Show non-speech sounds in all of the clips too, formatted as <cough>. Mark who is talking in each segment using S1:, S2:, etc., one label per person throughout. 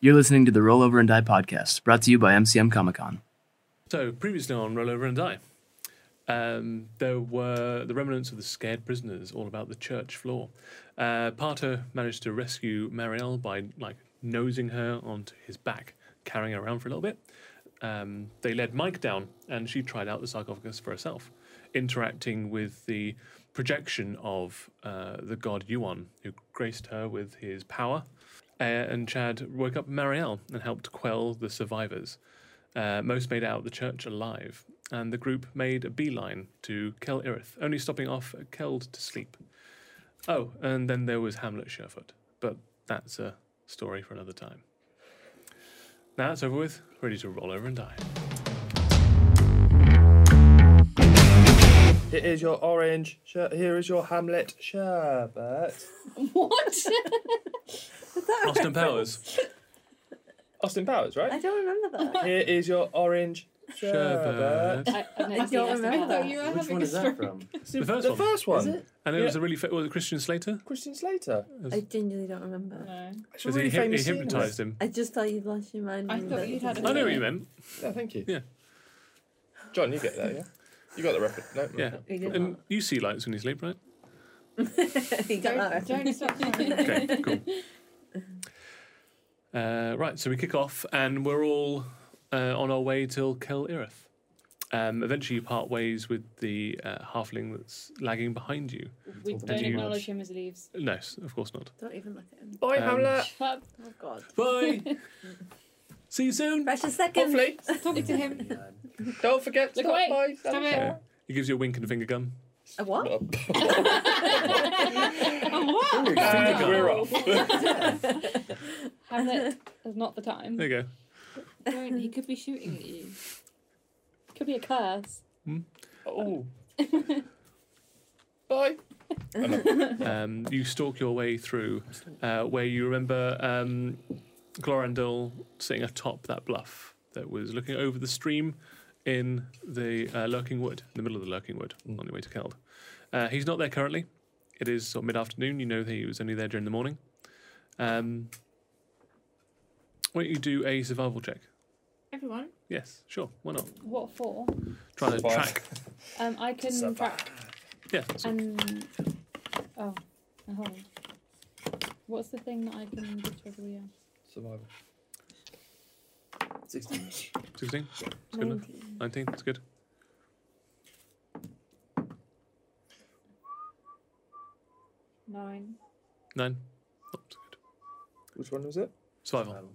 S1: You're listening to the Rollover and Die podcast, brought to you by MCM Comic Con.
S2: So previously on Rollover and Die, um, there were the remnants of the scared prisoners all about the church floor. Uh, Pater managed to rescue Marielle by like nosing her onto his back, carrying her around for a little bit. Um, they led Mike down, and she tried out the sarcophagus for herself, interacting with the projection of uh, the god Yuan, who graced her with his power. Uh, and Chad woke up Marielle and helped quell the survivors. Uh, most made out the church alive, and the group made a beeline to Kel Irith, only stopping off at Keld to sleep. Oh, and then there was Hamlet Sherfoot, but that's a story for another time. Now that's over with, ready to roll over and die.
S3: It is your orange shirt. Here is your Hamlet sherbet.
S4: What? Was that a
S2: Austin
S4: reference?
S2: Powers.
S3: Austin Powers,
S4: I
S3: right?
S4: don't remember
S5: Oh
S4: that.
S3: Here is your orange sherbet.
S2: Sherbet.
S5: <laughs> I, I've never
S4: I
S5: seen
S4: don't
S5: Austin
S4: remember
S5: Powers.
S4: that.
S5: You were
S6: Which
S5: having
S6: one
S5: a
S6: is that
S5: stroke.
S6: from?
S3: The,
S2: first one.
S3: first one.
S2: And it
S3: Yeah.
S2: was a really fa- was it Christian Slater?
S3: Christian Slater.
S4: I genuinely don't remember.
S5: No.
S3: It's a
S2: Because
S3: really
S2: he, hy- he
S3: famous scene,
S2: hypnotized him.
S4: I just thought you'd lost your mind.
S5: I
S4: when
S5: thought
S4: that
S5: you'd
S4: was
S5: had
S4: in
S5: a
S2: I know
S4: there.
S2: what you meant.
S3: isn't it? Yeah, thank you.
S2: Yeah.
S3: John, you get that, yeah? You got the reference. No, no.
S2: Yeah.
S4: We did
S2: And you see lights when you sleep, right?
S4: not. <laughs> You got that
S5: Don't,
S4: reference.
S5: don't stop
S2: <laughs>
S5: trying.
S2: Okay, cool. Uh, right, so we kick off, and we're all uh, on our way till Kel Irith. Um, eventually, you part ways with the uh, halfling that's lagging behind you.
S5: We
S6: Talk
S5: don't
S2: about
S5: acknowledge
S6: George.
S5: him as he leaves.
S2: No, s- of course not.
S4: Don't even look at him.
S3: Bye,
S2: Um,
S3: Hamlet.
S5: But
S4: <laughs> Oh
S5: <laughs>
S4: God.
S2: <laughs> Bye. see you soon.
S4: Precious second.
S3: Hopefully.
S4: <laughs>
S5: talk to him.
S3: Don't forget to
S5: Look
S3: stop
S5: away.
S3: by. Oh.
S5: Stop it.
S2: Yeah. He gives you a wink and a finger gun.
S4: A what?
S5: <laughs>
S4: <laughs>
S2: Finger gun.
S3: we're off.
S5: Hamlet is not the time.
S2: There you go.
S5: Don't. He could be shooting at you. Could be a curse. <laughs>
S3: Oh. Bye.
S2: um, you stalk your way through uh, where you remember um, Glorandel sitting atop that bluff that was looking over the stream in the uh, Lurking Wood, in the middle of the Lurking Wood, on your way to Keld. Uh, he's not there currently. It is sort of mid afternoon. You know that he was only there during the morning. Um, why don't you do a survival check?
S5: Everyone.
S2: Yes, sure. Why not?
S5: What for?
S2: Trying to
S3: Survive.
S2: track.
S5: Um, I can track
S2: Yeah. so-
S5: and oh, now hold. on. What's the thing that I can do to everybody else?
S3: Survival.
S6: 16.
S2: 16? It's good enough. 19? It's good.
S5: Nine.
S2: 9? Oh, it's good.
S3: Which one was it?
S2: Survival.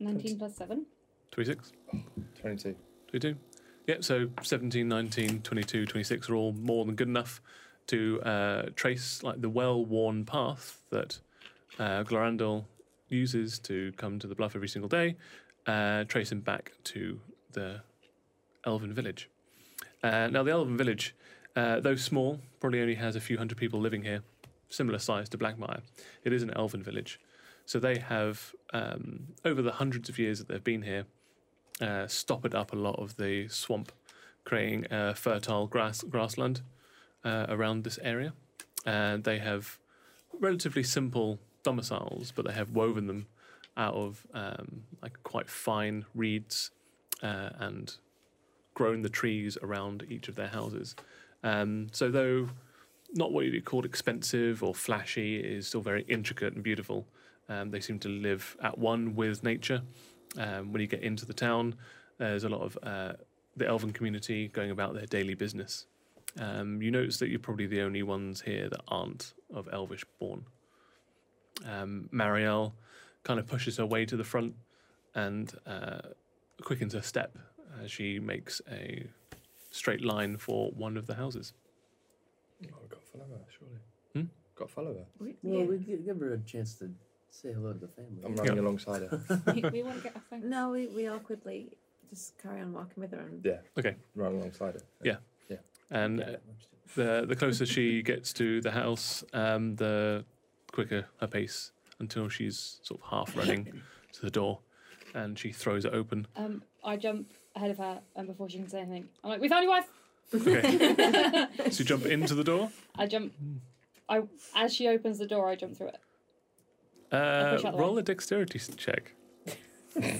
S5: 19 plus 7.
S2: 26?
S3: 22.
S2: 22. Yep, so 17, 19, 22, 26 are all more than good enough to uh, trace like the well-worn path that uh, Glorandel uses to come to the bluff every single day, uh, trace him back to the Elven village. Uh, now, the Elven village, uh, though small, probably only has a few hundred people living here, similar size to Blackmire. It is an Elven village. So they have, um, over the hundreds of years that they've been here, uh, stoppered up a lot of the swamp, creating uh, fertile grass grassland uh, around this area. And they have relatively simple domiciles, but they have woven them out of um, like quite fine reeds uh, and grown the trees around each of their houses. Um, so though not what you'd call expensive or flashy, it is still very intricate and beautiful. Um, they seem to live at one with nature. Um, when you get into the town, there's a lot of uh, the elven community going about their daily business. Um, you notice that you're probably the only ones here that aren't of elvish born. Um, Marielle kind of pushes her way to the front and uh, quickens her step as she makes a straight line for one of the houses.
S3: Oh, I've got to follow her, surely.
S2: Hmm?
S3: Got to follow her.
S6: Well, we gi- give her a chance to say hello to the family.
S1: <laughs>
S3: I'm running
S2: Yeah.
S3: alongside her.
S5: <laughs>
S2: <laughs>
S5: We, we want to get our thing.
S4: No, we, we awkwardly just carry on walking with her
S2: <laughs>
S4: and <laughs>
S3: Yeah.
S2: Okay.
S3: Running alongside her.
S2: And
S6: Yeah.
S2: the the closer she gets to the house, um, the quicker her pace until she's sort of half
S5: <laughs>
S2: running to the door, and she throws it open.
S5: Um, I jump ahead of her, and before she can say anything, I'm like, We found your wife! <laughs>
S2: Okay, so you jump into the door.
S5: I jump. I As she opens the door, I jump through it.
S2: Uh,
S7: push out
S2: roll
S7: one.
S2: a dexterity s- check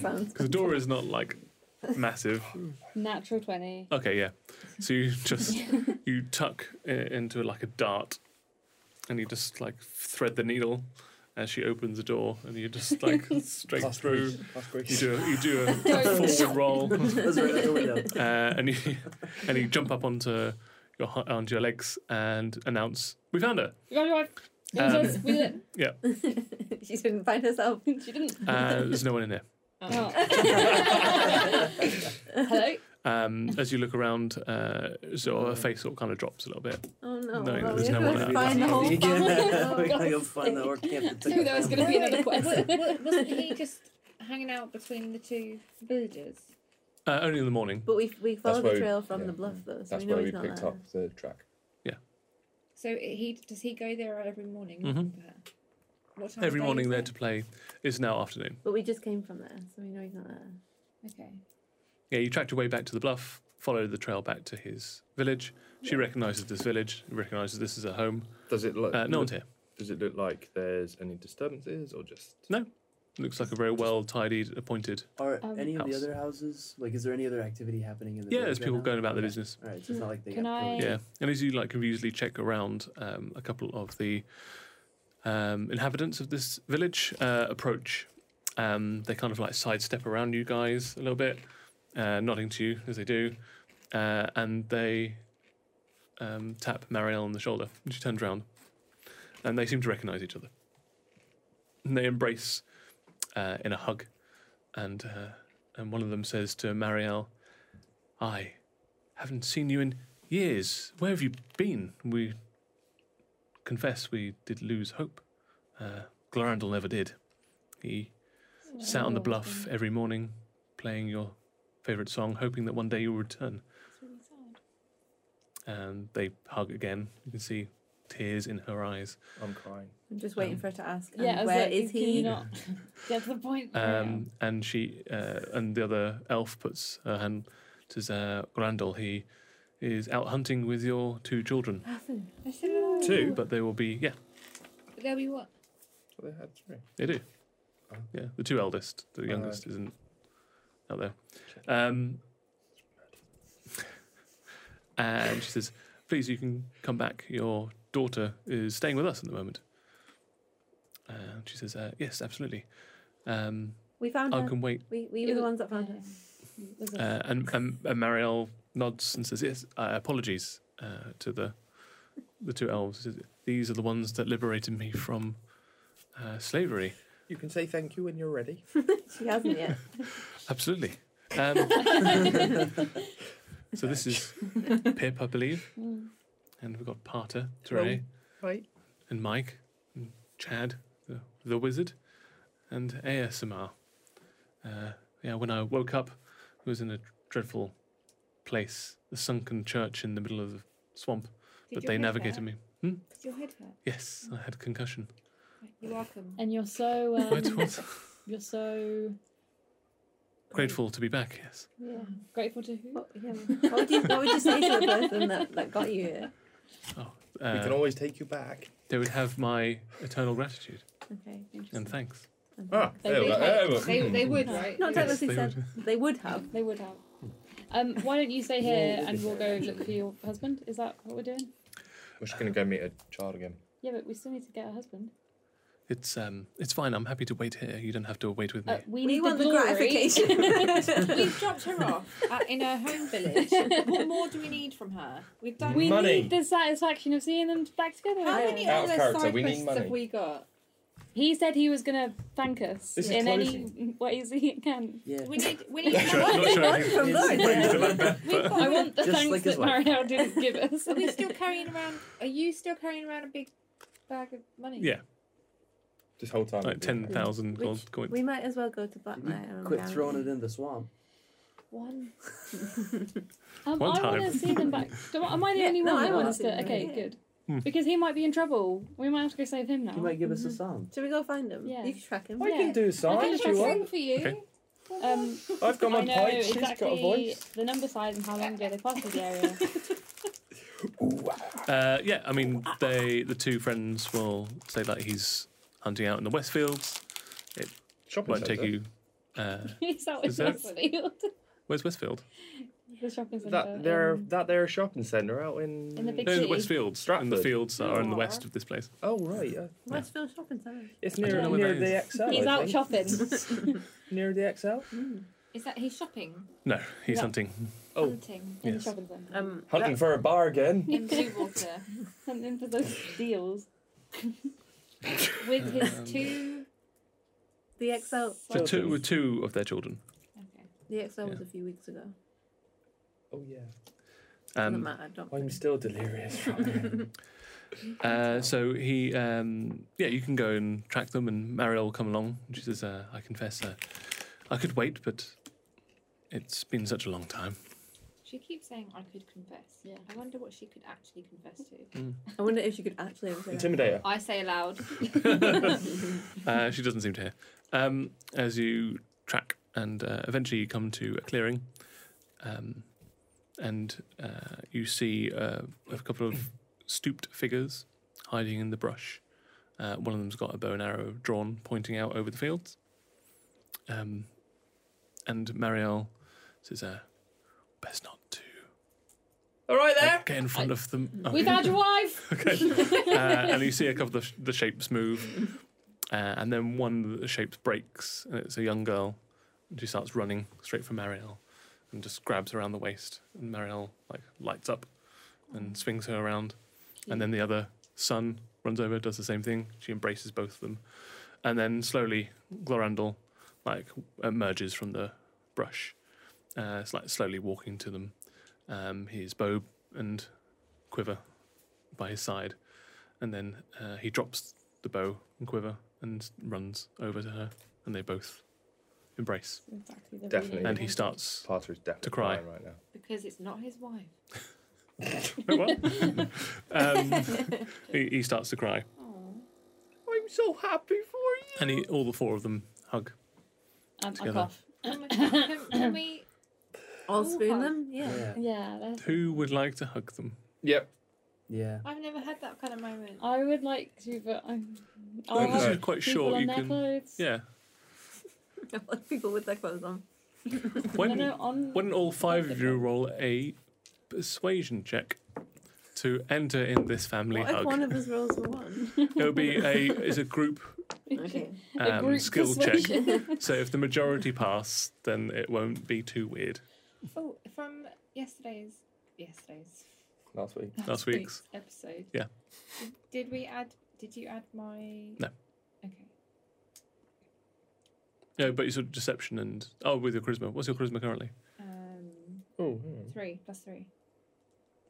S4: Sounds
S2: because the door is not like massive.
S7: Natural 20.
S2: Okay, yeah. So you
S5: <laughs>
S2: just you tuck i- into like a dart, and you just like thread the needle as she opens the door, and you just like
S5: <laughs>
S2: straight
S8: Plus
S2: through.
S8: Greece, plus Greece.
S2: You do a, you do a, a forward roll, uh,
S1: That's right, that's what we know.
S2: and you <laughs> and you jump up onto your hi- onto your legs and announce, "We found her."
S7: We got it right.
S2: Um,
S7: It was us, we did
S4: <laughs>
S5: <laughs>
S4: she didn't find herself.
S7: it. She didn't.
S2: <laughs> Uh, there's no one in here.
S5: <laughs>
S7: Oh. Hello?
S2: Um, as you look around, uh, so her face sort of kind of drops a little bit.
S4: Oh no.
S2: No,
S4: well,
S2: there's
S4: we
S2: no
S4: have
S2: one
S4: to
S2: out.
S4: find the
S1: <laughs>
S4: whole Oh,
S1: Again,
S2: <laughs>
S4: file.
S1: We're gonna go find the orc camp.
S7: Knew there was going to be another
S5: Wait, <laughs>
S7: quest.
S5: wa- wa- wasn't he just hanging out between the two villages?
S2: Uh, only in the morning.
S4: But we we followed
S3: why
S4: the
S3: we-
S4: trail from
S3: yeah.
S4: the bluff though, so
S3: That's
S4: we know
S3: where we
S4: he's not
S3: picked
S4: there.
S3: up the track.
S5: So he does he go there every morning?
S2: Mhm.
S5: with her? What time of
S2: Every
S5: day
S2: morning
S5: is
S2: there
S5: it?
S2: to play is now afternoon.
S4: But we just came from there, so we know he's not there.
S5: Okay.
S2: Yeah, you tracked your way back to the bluff, followed the trail back to his village. She recognises this village, recognises this is her home.
S3: Does it look?
S2: Uh, no one's here.
S3: Does it look like there's any disturbances or just?
S2: Looks like a very well tidied, appointed.
S1: Are
S7: Um,
S1: any of
S2: House.
S1: the other houses like? Is there any other activity happening in the?
S2: Yeah, there's
S1: village
S2: people
S1: right
S2: going about their
S1: Okay.
S2: business.
S1: All right, so it's not like they.
S7: Can
S1: got
S7: I-
S1: really-
S2: Yeah, and as you like, usually check around, um, a couple of the um, inhabitants of this village uh, approach. Um, they kind of like sidestep around you guys a little bit, uh, nodding to you as they do, uh, and they um, tap Marielle on the shoulder. and She turns round, and they seem to recognise each other. And they embrace uh, in a hug, and uh, and one of them says to Marielle, "I haven't seen you in years. Where have you been? We confess we did lose hope. Uh, Glorandel never did. He sat on the bluff every morning, playing your favourite song, hoping that one day you'll return.
S7: It's really sad.
S2: And they hug again. You can see tears in her eyes.
S3: I'm crying.
S4: I'm just waiting
S2: Um,
S4: for her to ask.
S7: Yeah, I
S4: and
S7: was
S4: where
S7: like,
S4: is
S7: can you
S4: he?
S7: not <laughs> get to the point?
S2: Um, and she uh, and the other elf puts her hand to uh, Glorandel. He is out hunting with your two children,
S4: Nothing.
S5: I said, oh,
S3: Two?
S2: but they will be yeah.
S5: but There'll be what?
S3: Well, they had three.
S2: They do.
S3: Oh.
S2: Yeah, the two eldest. The
S3: right.
S2: youngest isn't out there. Um, and she says, "Please, you can come back. Your daughter is staying with us at the moment." Uh, she says, uh, "Yes, absolutely. Um,
S4: We found
S2: I
S4: her.
S2: can wait."
S4: We we were the ones that found her.
S7: her.
S2: Uh, and, and, and Marielle nods and says, "Yes, uh, apologies uh, to the the two elves. She says, These are the ones that liberated me from uh, slavery."
S8: You can say thank you when you're ready.
S4: She hasn't yet.
S2: Absolutely. Um, so this is Pip, I believe,
S7: Mm.
S2: and we've got Parter,
S8: Hello.
S2: Dre,
S8: Right.
S2: and Mike, and Chad, the, the wizard, and ASMR. Uh, yeah, when I woke up, I was in a dreadful place, the sunken church in the middle of the swamp,
S5: Did
S2: but
S5: your
S2: they
S5: head
S2: navigated
S5: hurt?
S2: me.
S5: Did your head hurt?
S2: Yes, I had concussion.
S5: You're welcome.
S7: and you're so.
S2: But
S7: Um,
S2: what-
S7: you're so.
S2: grateful to be back, yes.
S7: Yeah. Grateful to who?
S4: <laughs> What, yeah. what, would you, what would you say to the person that, that got you here?
S3: we
S2: Uh,
S3: can always take you back.
S2: they would have my eternal gratitude
S4: Okay.
S7: Interesting.
S2: and thanks.
S3: Ah,
S7: They
S3: there we
S7: did
S3: go. Yeah,
S5: They,
S7: have-
S3: well,
S5: they
S3: hmm.
S5: would, right?
S4: Not
S5: Yeah.
S2: Yes,
S4: technically
S2: they
S4: said they would have.
S7: They would have. Um, why don't you stay
S1: Well,
S7: here
S1: we'll
S7: and
S1: be
S7: we'll go
S1: there,
S7: look for
S1: actually.
S7: your husband? Is that what we're doing?
S3: We're just gonna go meet a child again.
S7: Yeah, but we still need to get a husband.
S2: It's um, it's fine. I'm happy to wait here. You don't have to wait with me.
S5: <laughs>
S7: Uh, we,
S4: We
S7: need
S4: want
S7: the
S4: the
S7: glory.
S4: gratification.
S5: We've dropped her off at, in her home village. What more do we need from her? We've done.
S7: <laughs> we
S3: Money.
S7: need the satisfaction of seeing them back together.
S5: How
S7: again.
S5: many
S3: Out of
S5: other
S3: character,
S5: side
S3: we need
S5: quests have
S3: money.
S5: we got?
S7: He said he was going to thank us
S3: This is
S7: in any
S3: closing.
S7: <laughs> ways he can.
S1: Yeah.
S5: We need. We need.
S2: Not sure-
S5: money.
S2: not sure I
S4: What from
S1: It's-
S4: Lauren?
S5: We've got-
S7: I want the
S1: Just
S7: thanks
S1: like his
S7: that
S1: wife.
S7: Marielle didn't give us.
S5: Are we <laughs> still carrying around? Are you still carrying around a big bag of money?
S2: Yeah,
S3: This whole time.
S2: like
S3: we've
S2: ten
S3: been-
S2: thousand gold coins.
S4: We might as well go to Batman. and
S1: Quit
S4: Gary.
S1: throwing it in the swamp.
S7: One. Um,
S2: One
S7: I want
S2: time.
S7: to see them
S2: <laughs>
S7: back. Do, am I the
S4: Yeah,
S7: only
S4: no,
S7: one
S4: I
S7: that
S4: want
S7: wants
S4: to see
S7: to?
S4: them
S7: Okay,
S4: back.
S7: good.
S2: Hmm.
S7: Because he might be in trouble. We might have to go save him now.
S1: He might give us a song.
S4: Should we go find him?
S7: Oh, Yeah.
S4: You can track him.
S7: I can Yeah.
S1: do
S7: I
S5: I
S7: think that's
S5: sing for you.
S2: Okay.
S7: Um,
S3: I've got
S7: I
S3: my
S7: know
S3: pipe. She's
S7: exactly
S3: got a voice.
S7: the number size and how long ago they passed the area.
S2: Uh, yeah, I mean they the two friends will say that he's hunting out in the West Fields.
S3: Shopping
S2: Won't take
S3: centre.
S2: you. Uh,
S7: Is that what
S2: Is that-
S7: Westfield?
S2: where's Westfield?
S7: <laughs> the shopping centre.
S3: That there, are,
S5: um,
S7: in-
S3: that there, a shopping centre out in.
S7: In the big-
S2: No, the
S7: City.
S2: West Fields. And the
S3: Stratford.
S2: fields that are in the
S5: Aw.
S2: west of this place.
S3: Oh right, yeah.
S4: Westfield Shopping Centre.
S8: It's
S2: don't
S8: near
S2: know where
S8: near
S2: that
S8: the
S2: is.
S8: XL. I
S7: He's out
S8: think.
S7: shopping.
S8: Near the XL.
S5: Is that he's shopping?
S2: No, he's
S7: Yeah.
S2: hunting.
S3: Oh.
S5: Hunting
S7: in the
S2: Yes.
S7: shopping centre.
S4: Um,
S3: Hunting for a bargain.
S5: in blue water
S7: <laughs> Something for those deals.
S5: <laughs> with
S2: Um,
S5: his two.
S4: the XL.
S2: So
S4: Well,
S2: two, with two of their children.
S4: The XL was
S2: yeah.
S4: a few weeks ago.
S3: Oh yeah.
S4: Doesn't
S2: Um,
S4: matter. I don't.
S3: I'm still delirious. from it.
S2: uh, so he, um, yeah, you can go and track them, and Mariel will come along. And she says, uh, "I confess, uh, I could wait, but it's been such a long time."
S5: She keeps saying I could confess.
S7: Yeah.
S5: I wonder what she could actually confess to.
S4: I wonder if she could actually ever say that.
S3: Intimidator.
S5: I
S2: <laughs>
S5: say aloud.
S2: Uh, she doesn't seem to hear. Um, as you track, and uh, eventually you come to a clearing, um, and uh, you see uh, a couple of stooped figures hiding in the brush. Uh, one of them's got a bow and arrow drawn, pointing out over the fields. Um, and Marielle says, uh, "Best not to
S8: All right
S2: like,
S8: there.
S2: get in front of them." Oh,
S7: We've had your
S2: <laughs>
S7: wife.
S2: okay. uh, and you see a couple of sh- the shapes move, uh, and then one of the shapes breaks, and it's a young girl, and she starts running straight for Marielle, and just grabs her around the waist, and Marielle like lights up, and swings her around, and then the other son runs over, does the same thing. She embraces both of them, and then slowly Glorandel like emerges from the brush, uh, it's like slowly walking to them, um, his bow and quiver by his side, and then uh, he drops the bow and quiver and runs over to her, and they both embrace.
S7: Exactly the
S3: Definitely.
S7: reading.
S2: And he
S3: <laughs>
S2: starts.
S3: Parter's definitely
S2: To cry.
S3: crying right now.
S5: Because it's not his wife.
S2: Oh, what? <laughs> um, he, he starts to cry,
S5: Oh
S3: I'm so happy for
S2: and he, all the four of them hug.
S7: Um, I
S2: together.
S7: cough.
S5: Can, can,
S7: <coughs>
S5: can we?
S4: I'll
S5: Oh,
S4: spoon
S5: hug.
S4: them. Yeah.
S1: Yeah.
S4: <laughs>
S7: Yeah, that's.
S2: Who would like to hug them?
S3: you. Yep.
S1: Yeah.
S5: I've never had that kind of moment.
S7: I would like to, but I'm. I
S2: Because
S7: like
S2: you're quite
S7: people
S2: short.
S7: in
S2: You
S7: their
S2: can.
S7: clothes.
S2: Yeah.
S4: I like people with their clothes on.
S7: No,
S2: When
S7: no, on.
S2: when all five of you roll a persuasion check to enter in this family
S4: What if
S2: hug,
S4: one of us rolls for
S5: <laughs>
S4: one?
S2: it'll be a it's a group
S4: Okay.
S7: <laughs> A
S2: um,
S7: group
S2: skill check.
S7: persuasion.
S2: So if the majority pass, then it won't be too weird.
S5: Oh, from yesterday's yesterday's
S3: Last week.
S2: Last week's.
S5: episode.
S2: Yeah.
S5: Did, did we add? Did you add my?
S2: No.
S5: Okay.
S2: No, but you sort of deception and oh, with your charisma. What's your charisma currently?
S5: Um,
S3: Oh. hang on.
S5: three plus three.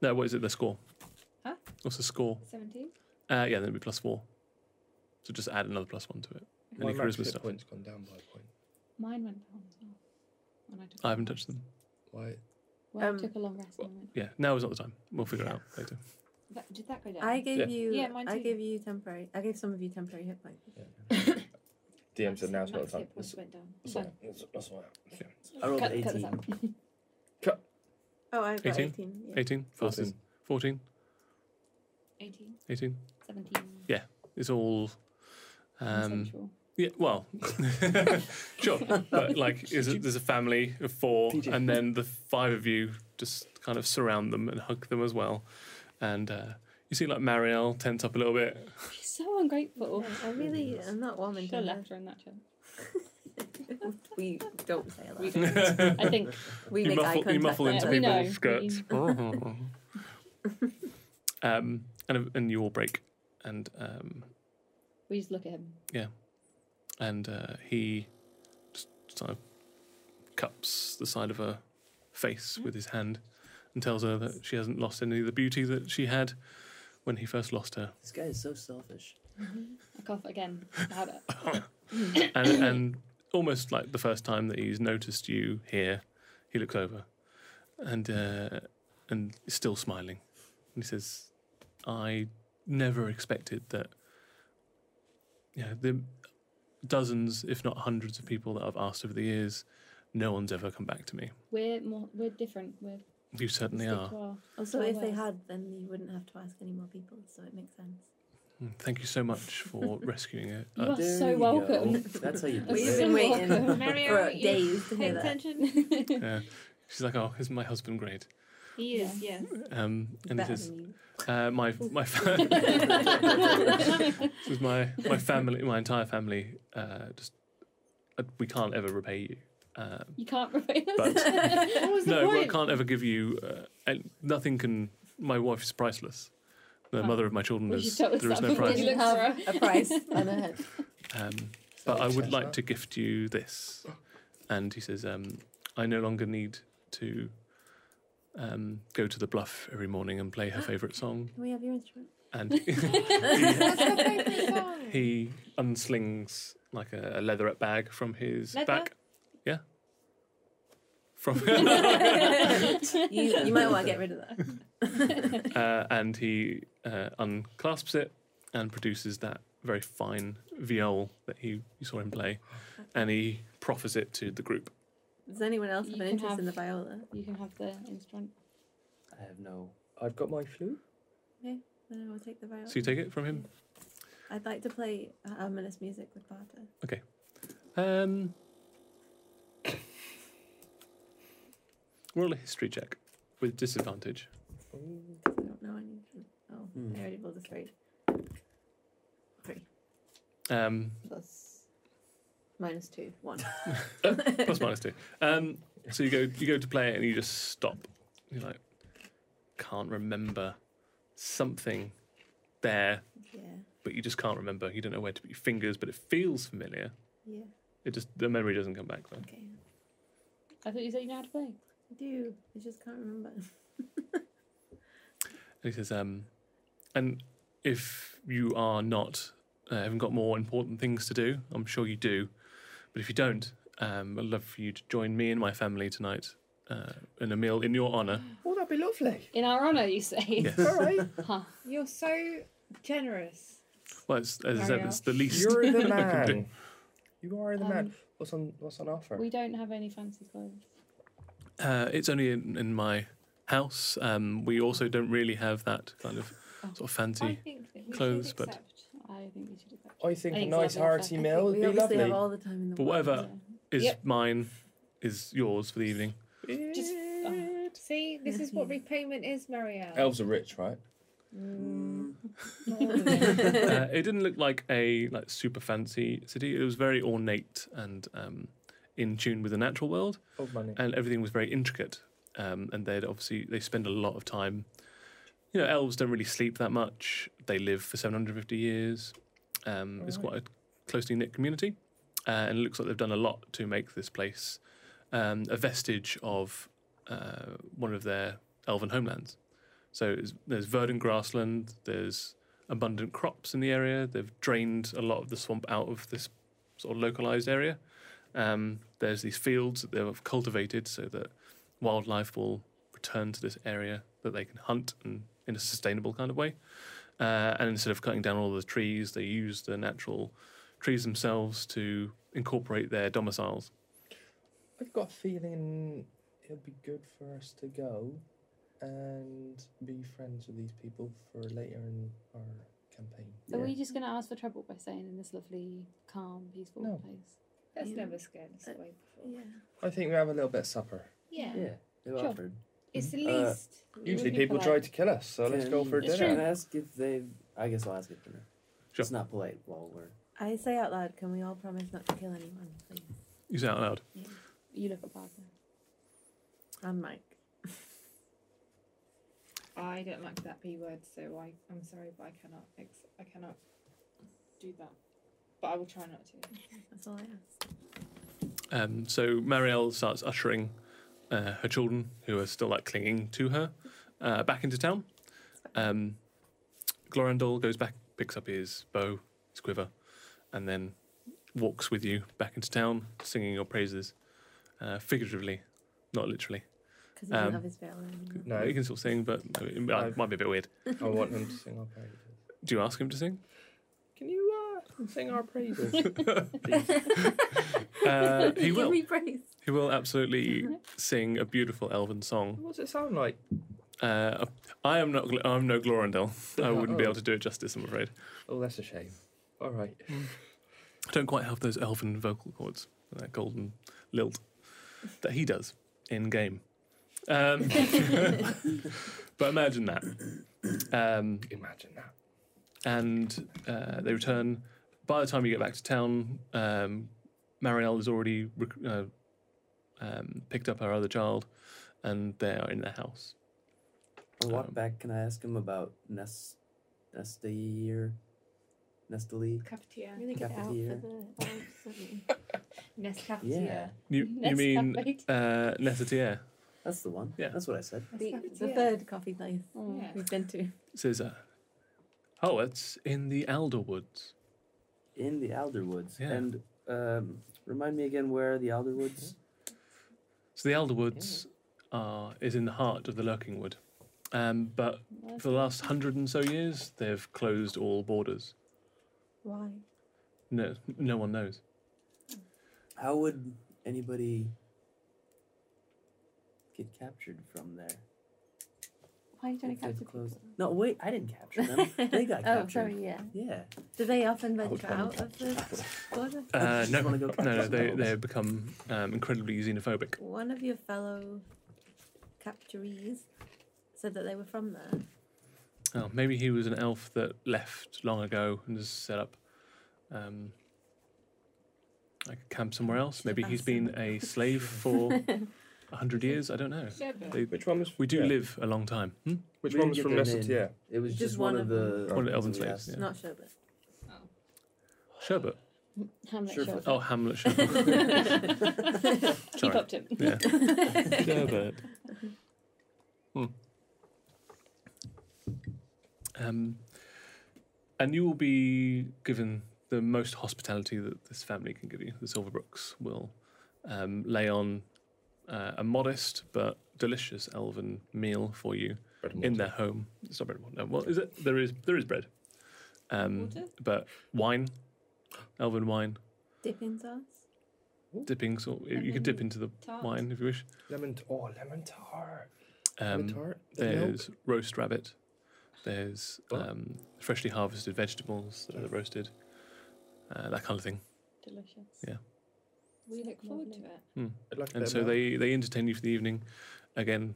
S2: No, what is it? The score.
S5: Huh?
S2: What's the score?
S5: Seventeen.
S2: Uh, yeah, then it'd be plus four. So just add another plus one to it.
S3: My
S2: Any
S3: max
S2: charisma
S3: hit
S2: stuff.
S3: Point's gone down by a point.
S7: Mine went down as well. When I, took
S2: I haven't touched them.
S3: Why?
S7: Well, I
S4: Um,
S7: took a long rest. and I went-
S2: Yeah, now is not the time. We'll figure it out later.
S5: That, did that go down?
S4: I gave
S3: Yeah.
S4: you.
S5: Yeah, mine
S4: I
S5: too.
S4: gave you temporary. I gave some of you temporary hit points.
S3: DM said now's not the
S5: Max
S3: time.
S5: hit points went down.
S3: That's why. That's why.
S1: I rolled
S7: <laughs> Cut,
S1: an
S7: cut this
S1: 18.
S7: out.
S4: Oh, I've got
S2: 18?
S4: 18. yeah.
S2: 18? Fastest. 14?
S5: Eighteen.
S2: 18?
S7: 17.
S2: It's all. Um,
S7: consensual.
S2: yeah, well, <laughs> sure. But like, is it, there's a family of four,
S1: PJ.
S2: and then the five of you just kind of surround them and hug them as well. And uh, you see, like, Marielle tense up a little bit.
S7: He's so ungrateful.
S4: I really am not warm
S7: Should have
S4: into
S7: left her in that chair.
S4: We don't say that.
S7: We don't. <laughs>
S2: <laughs>
S7: I think.
S4: We
S2: you
S4: make eye
S2: muffle,
S4: contact.
S2: you muffle into
S7: there. We know.
S2: people's skirts. <laughs> um, and, and you all break, and um,
S7: We just look at him.
S2: and uh, he just sort of cups the side of her face with his hand, and tells her that she hasn't lost any of the beauty that she had when he first lost her.
S1: This guy is so selfish.
S7: I cough again. I had it.
S2: and,
S4: <clears throat>
S2: and almost like the first time that he's noticed you here, he looks over, and uh, and is still smiling, and he says, "I never expected that. Yeah, the dozens, if not hundreds, of people that I've asked over the years, no one's ever come back to me.
S7: We're more. We're different. We're
S2: You certainly
S7: stick
S2: are.
S7: to our-
S4: Also,
S7: Oh,
S4: if they
S7: yes.
S4: had, then you wouldn't have to ask any more people, so it makes sense.
S2: Thank you so much
S4: <laughs>
S2: for rescuing it.
S7: You
S2: Uh,
S7: are
S1: There
S7: so
S1: you
S7: welcome.
S1: go. That's
S7: <laughs>
S1: how you do
S4: We've
S1: it.
S4: been waiting
S7: welcome.
S5: Mario,
S4: for
S5: you
S4: days to
S5: pay
S4: hear that.
S5: attention. <laughs>
S2: yeah. She's like, oh, is my husband great?
S5: He is, yes. <laughs>
S2: Um, <laughs> and it
S4: Better
S2: is
S4: than you.
S2: uh, my my fa- this is my my family, my entire family. Uh, just uh, we can't ever repay you. Uh,
S7: You can't <laughs> repay us.
S2: But-
S5: What was the
S2: no, I
S5: point?
S2: can't ever give you. Uh, and nothing can. My wife is priceless. The
S7: Oh.
S2: mother of my children
S7: We
S2: is.
S7: should tell us
S2: There is
S7: that
S2: no
S7: before
S2: price.
S7: you
S4: Didn't
S7: look for
S4: have
S7: her.
S4: a <laughs> price on her head.
S2: Um, but I would
S3: Change
S2: like
S3: that.
S2: to gift you this. And he says, um, I no longer need to um, go to the bluff every morning and play her favourite song.
S4: Can we have your instrument?
S2: And <laughs>
S5: <laughs>
S2: he, he unslings like a, a leatherette bag from his
S5: Leather?
S2: back. Yeah. From
S4: <laughs>
S2: <laughs>
S4: You, you might want to get rid of that.
S2: uh, and he uh, unclasps it and produces that very fine viol that he you saw him play, and he proffers it to the group.
S4: Does anyone else
S7: You
S4: have an
S7: can
S4: interest
S7: have-
S4: in the viola?
S7: You can have the instrument.
S1: I have no.
S3: I've got my flute.
S4: Then I will take the viola.
S2: So you take it from him.
S4: I'd like to play uh, harmonious music with Barter.
S2: Um, <coughs> roll a history check with disadvantage.
S4: Because I don't know anything. Oh,
S1: Hmm.
S2: Mm.
S4: I already rolled a three. Three
S2: Um,
S4: plus minus two,
S2: <laughs>
S4: one.
S2: plus minus two. Um, so you go you go to play it and you just stop. You're like, can't remember something there
S4: yeah,
S2: but you just can't remember. You don't know where to put your fingers, but it feels familiar.
S4: yeah.
S2: It just the memory doesn't come back though.
S4: Okay,
S7: I thought you said you know how to play.
S4: I do. I just can't remember.
S2: And he says, um, and if you are not uh, haven't got more important things to do, I'm sure you do, but if you don't, um, I'd love for you to join me and my family tonight uh, in a meal in your honour.
S8: Oh, that'd be lovely.
S7: In our honour, you say.
S2: Yes.
S8: All right.
S7: Huh.
S5: You're so generous.
S2: Well, it's, as I said,
S5: Mario.
S2: it's the least. <laughs>
S3: You're the
S2: I can do.
S3: man. you are the man.
S7: Um,
S3: What's on What's on offer?
S7: We don't have any fancy clothes.
S2: Uh, it's only in, in my house. Um, we also don't really have that kind of sort of
S5: I
S2: fancy.
S5: think that we
S2: Clothes,
S5: should
S2: but-
S5: accept.
S7: I think we should have that.
S3: I think a
S7: I think it's
S3: nice
S7: lovely offer.
S3: hearty
S7: I
S3: meal would
S4: we
S3: be
S4: obviously
S3: lovely.
S4: have all the time in the
S2: But
S4: world.
S2: whatever is
S5: Yep.
S2: mine is yours for the evening.
S5: Just- oh. See, this is what repayment is, Mario.
S3: Elves are rich, right?
S2: uh, it didn't look like a like super fancy city. It was very ornate and um, in tune with the natural world,
S3: Oh, money.
S2: and everything was very intricate. Um, and they'd obviously they spend a lot of time. You know, elves don't really sleep that much. They live for 750 years. Um, It's quite a closely knit community, uh, and it looks like they've done a lot to make this place um, a vestige of uh, one of their elven homelands. So it's- there's verdant grassland. There's abundant crops in the area. They've drained a lot of the swamp out of this sort of localized area. Um, there's these fields that they've cultivated so that wildlife will return to this area that they can hunt and in a sustainable kind of way. Uh, and instead of cutting down all the trees, they use the natural trees themselves to incorporate their domiciles.
S3: I've got a feeling it'd be good for us to go and be friends with these people for later in our campaign.
S7: Are we just going to ask for trouble by staying in this lovely, calm, peaceful
S3: No.
S7: place?
S5: That's
S4: Yeah.
S5: never scared us away before.
S4: Yeah.
S3: I think we have a little bit of supper.
S5: Yeah.
S1: Yeah, they
S7: Sure.
S1: offered.
S5: It's the
S3: Uh,
S5: least.
S3: Usually
S7: be
S3: people try
S7: polite.
S3: to kill us, so let's go
S1: Can-
S3: for
S7: It's
S3: dinner.
S1: Can I ask if they? I guess I'll ask at dinner.
S2: Sure.
S1: It's not polite while we're.
S4: I say out loud, can we all promise not to kill anyone, please?
S2: You say out loud.
S7: You look at Barbara.
S4: And Mike.
S5: I don't like that P word, so I, I'm sorry, but I cannot. Ex- I cannot do that. But I will try not to.
S4: That's all I ask.
S2: Um, so Marielle starts ushering uh, her children, who are still like clinging to her, uh, back into town. Um, Glorandel goes back, picks up his bow, his quiver, and then walks with you back into town, singing your praises, uh, figuratively, not literally.
S4: Because he doesn't
S2: Um,
S4: have his viola anymore.
S3: No,
S2: you can still sing, but it might might be a bit weird.
S3: <laughs> I want him to sing our praises.
S2: Do you ask him to sing?
S3: Can you uh, sing our praises?
S4: <laughs>
S2: Uh, he
S4: Give
S2: will.
S4: me praise.
S2: He will absolutely sing a beautiful elven song.
S3: What's it sound like?
S2: Uh, I am not. Gl- I'm no Glorindel. I wouldn't be able to do it justice. I'm afraid.
S1: Oh, that's a shame. All right.
S2: I don't quite have those elven vocal cords, that golden lilt that he does in game. Um, <laughs> but imagine that. Um,
S3: Imagine that.
S2: and uh, they return. By the time you get back to town, um, Marinelle has already rec- uh, um, picked up her other child, and they are in the house.
S1: I walk
S2: Um,
S1: back. Can I ask him about Nest, Nestalier, Nestali?
S5: Cafetiere.
S4: Really get out for
S1: Cafeteria.
S4: the um, elves, don't <laughs> you?
S5: Nest
S1: Yeah,
S5: cafetiere.
S2: You, you mean <laughs>
S7: Nescafe.
S2: uh, Nessetier?
S1: that's the one.
S2: Yeah.
S1: that's what I said.
S4: the, the
S5: Cafetiere.
S4: third coffee place
S7: Mm.
S5: Yeah.
S4: we've been to.
S2: Says, uh, "Oh, it's in the Alderwoods."
S1: In the Alderwoods.
S2: Yeah.
S1: And um, remind me again where the Alderwoods.
S2: So the Elderwoods are is in the heart of the Lurking Wood, um, but for the last hundred and so years, they've closed all borders.
S4: Why?
S2: No, no one
S1: <laughs>
S2: knows.
S1: How would anybody get captured from there?
S4: Why are you trying
S1: If
S4: to
S1: they've
S4: capture
S1: closed-
S4: people?
S1: No, wait, I didn't capture <laughs>
S4: <laughs>
S1: them. they got
S4: oh,
S1: captured.
S4: sorry, yeah.
S1: Yeah.
S4: Do they often
S3: would
S4: venture
S3: want
S4: out of the border?
S2: Uh,
S1: just
S2: no,
S1: wanna go
S2: no,
S1: catch
S2: no,
S1: some
S2: they
S1: elves.
S2: they have become um, incredibly xenophobic.
S4: One of your fellow capturees said that they were from there.
S2: Oh, maybe he was an elf that left long ago and has set up um, like a camp somewhere else. Maybe he's been a slave
S1: <laughs>
S2: for a hundred years. I don't know.
S5: Shepherd.
S2: They,
S3: Which one was?
S2: we do
S3: yeah.
S2: live a long time. Hmm?
S3: Which
S1: We didn't
S3: one was
S1: get
S3: from
S1: their
S3: Nestatier?
S1: It was just, one, of the
S2: One of the elven
S1: we
S2: slaves,
S1: asked.
S2: Yeah.
S4: Not sure, but
S5: Oh.
S2: Sherbet.
S7: Hamlet
S1: Sure.
S7: Sherbert.
S2: Oh, Hamlet Sherbet.
S7: He
S3: Oh,
S2: Sorry.
S7: popped him.
S2: <laughs> Yeah. Sherbet. Hmm. Um, and you will be given the most hospitality that this family can give you. The Silverbrooks will um, lay on uh, a modest but delicious elven meal for you
S3: Bread and
S2: in
S3: water.
S2: their home. It's not bread and water. No, well, is it? There is there is bread, um,
S5: Water?
S2: but wine, elven wine,
S4: dipping sauce.
S2: dipping. So you could dip into the
S7: Oh.
S5: Tart.
S2: wine if you wish.
S3: Lemon. T- oh, lemon tart. lemon
S2: Um,
S3: tart. with milk.
S2: there's roast rabbit. There's
S3: Oh.
S2: um, freshly harvested vegetables that are roasted. Uh, that kind of thing.
S7: Delicious.
S2: Yeah.
S5: We look forward to it.
S3: I'd like a bit
S2: And
S3: of
S2: so
S3: milk.
S2: they, they entertain you for the evening. Again,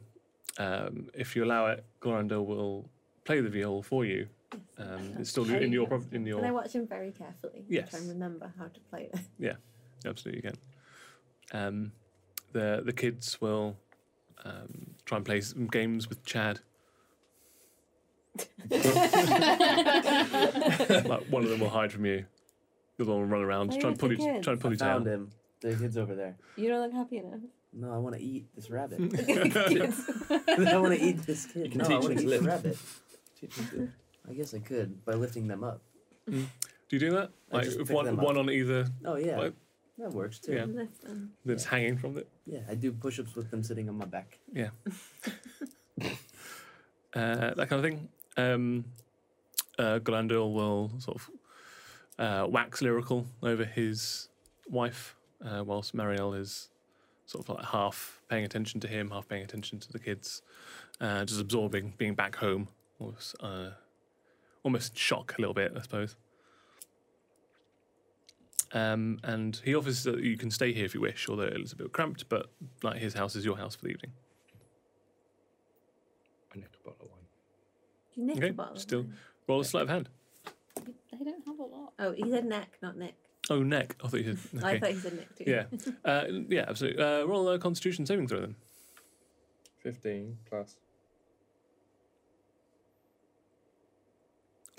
S2: um, if you allow it, Glorindel will play the viol for you. Um, it's still in your prov- in
S4: And I
S2: your
S4: watch him very carefully.
S2: Yes.
S4: Try and remember how to play
S2: <laughs>
S4: it.
S2: absolutely you can. Um, the the kids will um, try and play some games with Chad.
S1: <laughs>
S2: like one of them will hide from you. The other one will run around,
S4: Where
S2: try and
S4: is
S2: pull
S4: the
S2: you,
S4: kids?
S2: try and pull
S1: I
S2: you
S1: found
S2: down.
S1: him. The kid's over there.
S4: You don't look
S2: <laughs>
S4: happy enough.
S1: No, I want to eat this rabbit. <laughs>
S4: <laughs>
S1: I want to eat this kid.
S3: You can
S1: no, I
S3: teach
S1: want
S3: him
S1: to
S3: to
S1: eat the
S3: live.
S1: rabbit. I guess I could by lifting them up.
S2: Do you do that?
S1: I
S2: Like
S1: just
S2: with
S1: pick
S2: one
S1: them up.
S2: one on either
S1: Oh yeah,
S2: What?
S1: that works too.
S2: Yeah.
S1: Yeah,
S4: Listen.
S2: that's hanging from it.
S1: I do push-ups with them sitting on my back.
S2: Uh, that kind of thing. Um, uh, Glandil will sort of uh, wax lyrical over his wife, uh, whilst Marielle is sort of like half paying attention to him, half paying attention to the kids, uh, just absorbing being back home. Almost, uh, almost in shock a little bit, I suppose. Um, and he offers that you can stay here if you wish, although it's a bit cramped, but like his house is your house for the evening.
S3: I nick a bottle of wine.
S4: You nick
S2: Okay,
S4: a bottle. of
S2: still-
S4: wine.
S2: Roll a sleight of hand.
S7: They don't have a lot.
S4: Oh, he said neck, not Nick.
S2: Oh, neck. I thought you said. Okay.
S4: I thought he said Nick too. <laughs>
S2: yeah. Uh, yeah, absolutely. Uh, roll a constitution saving throw then.
S3: Fifteen plus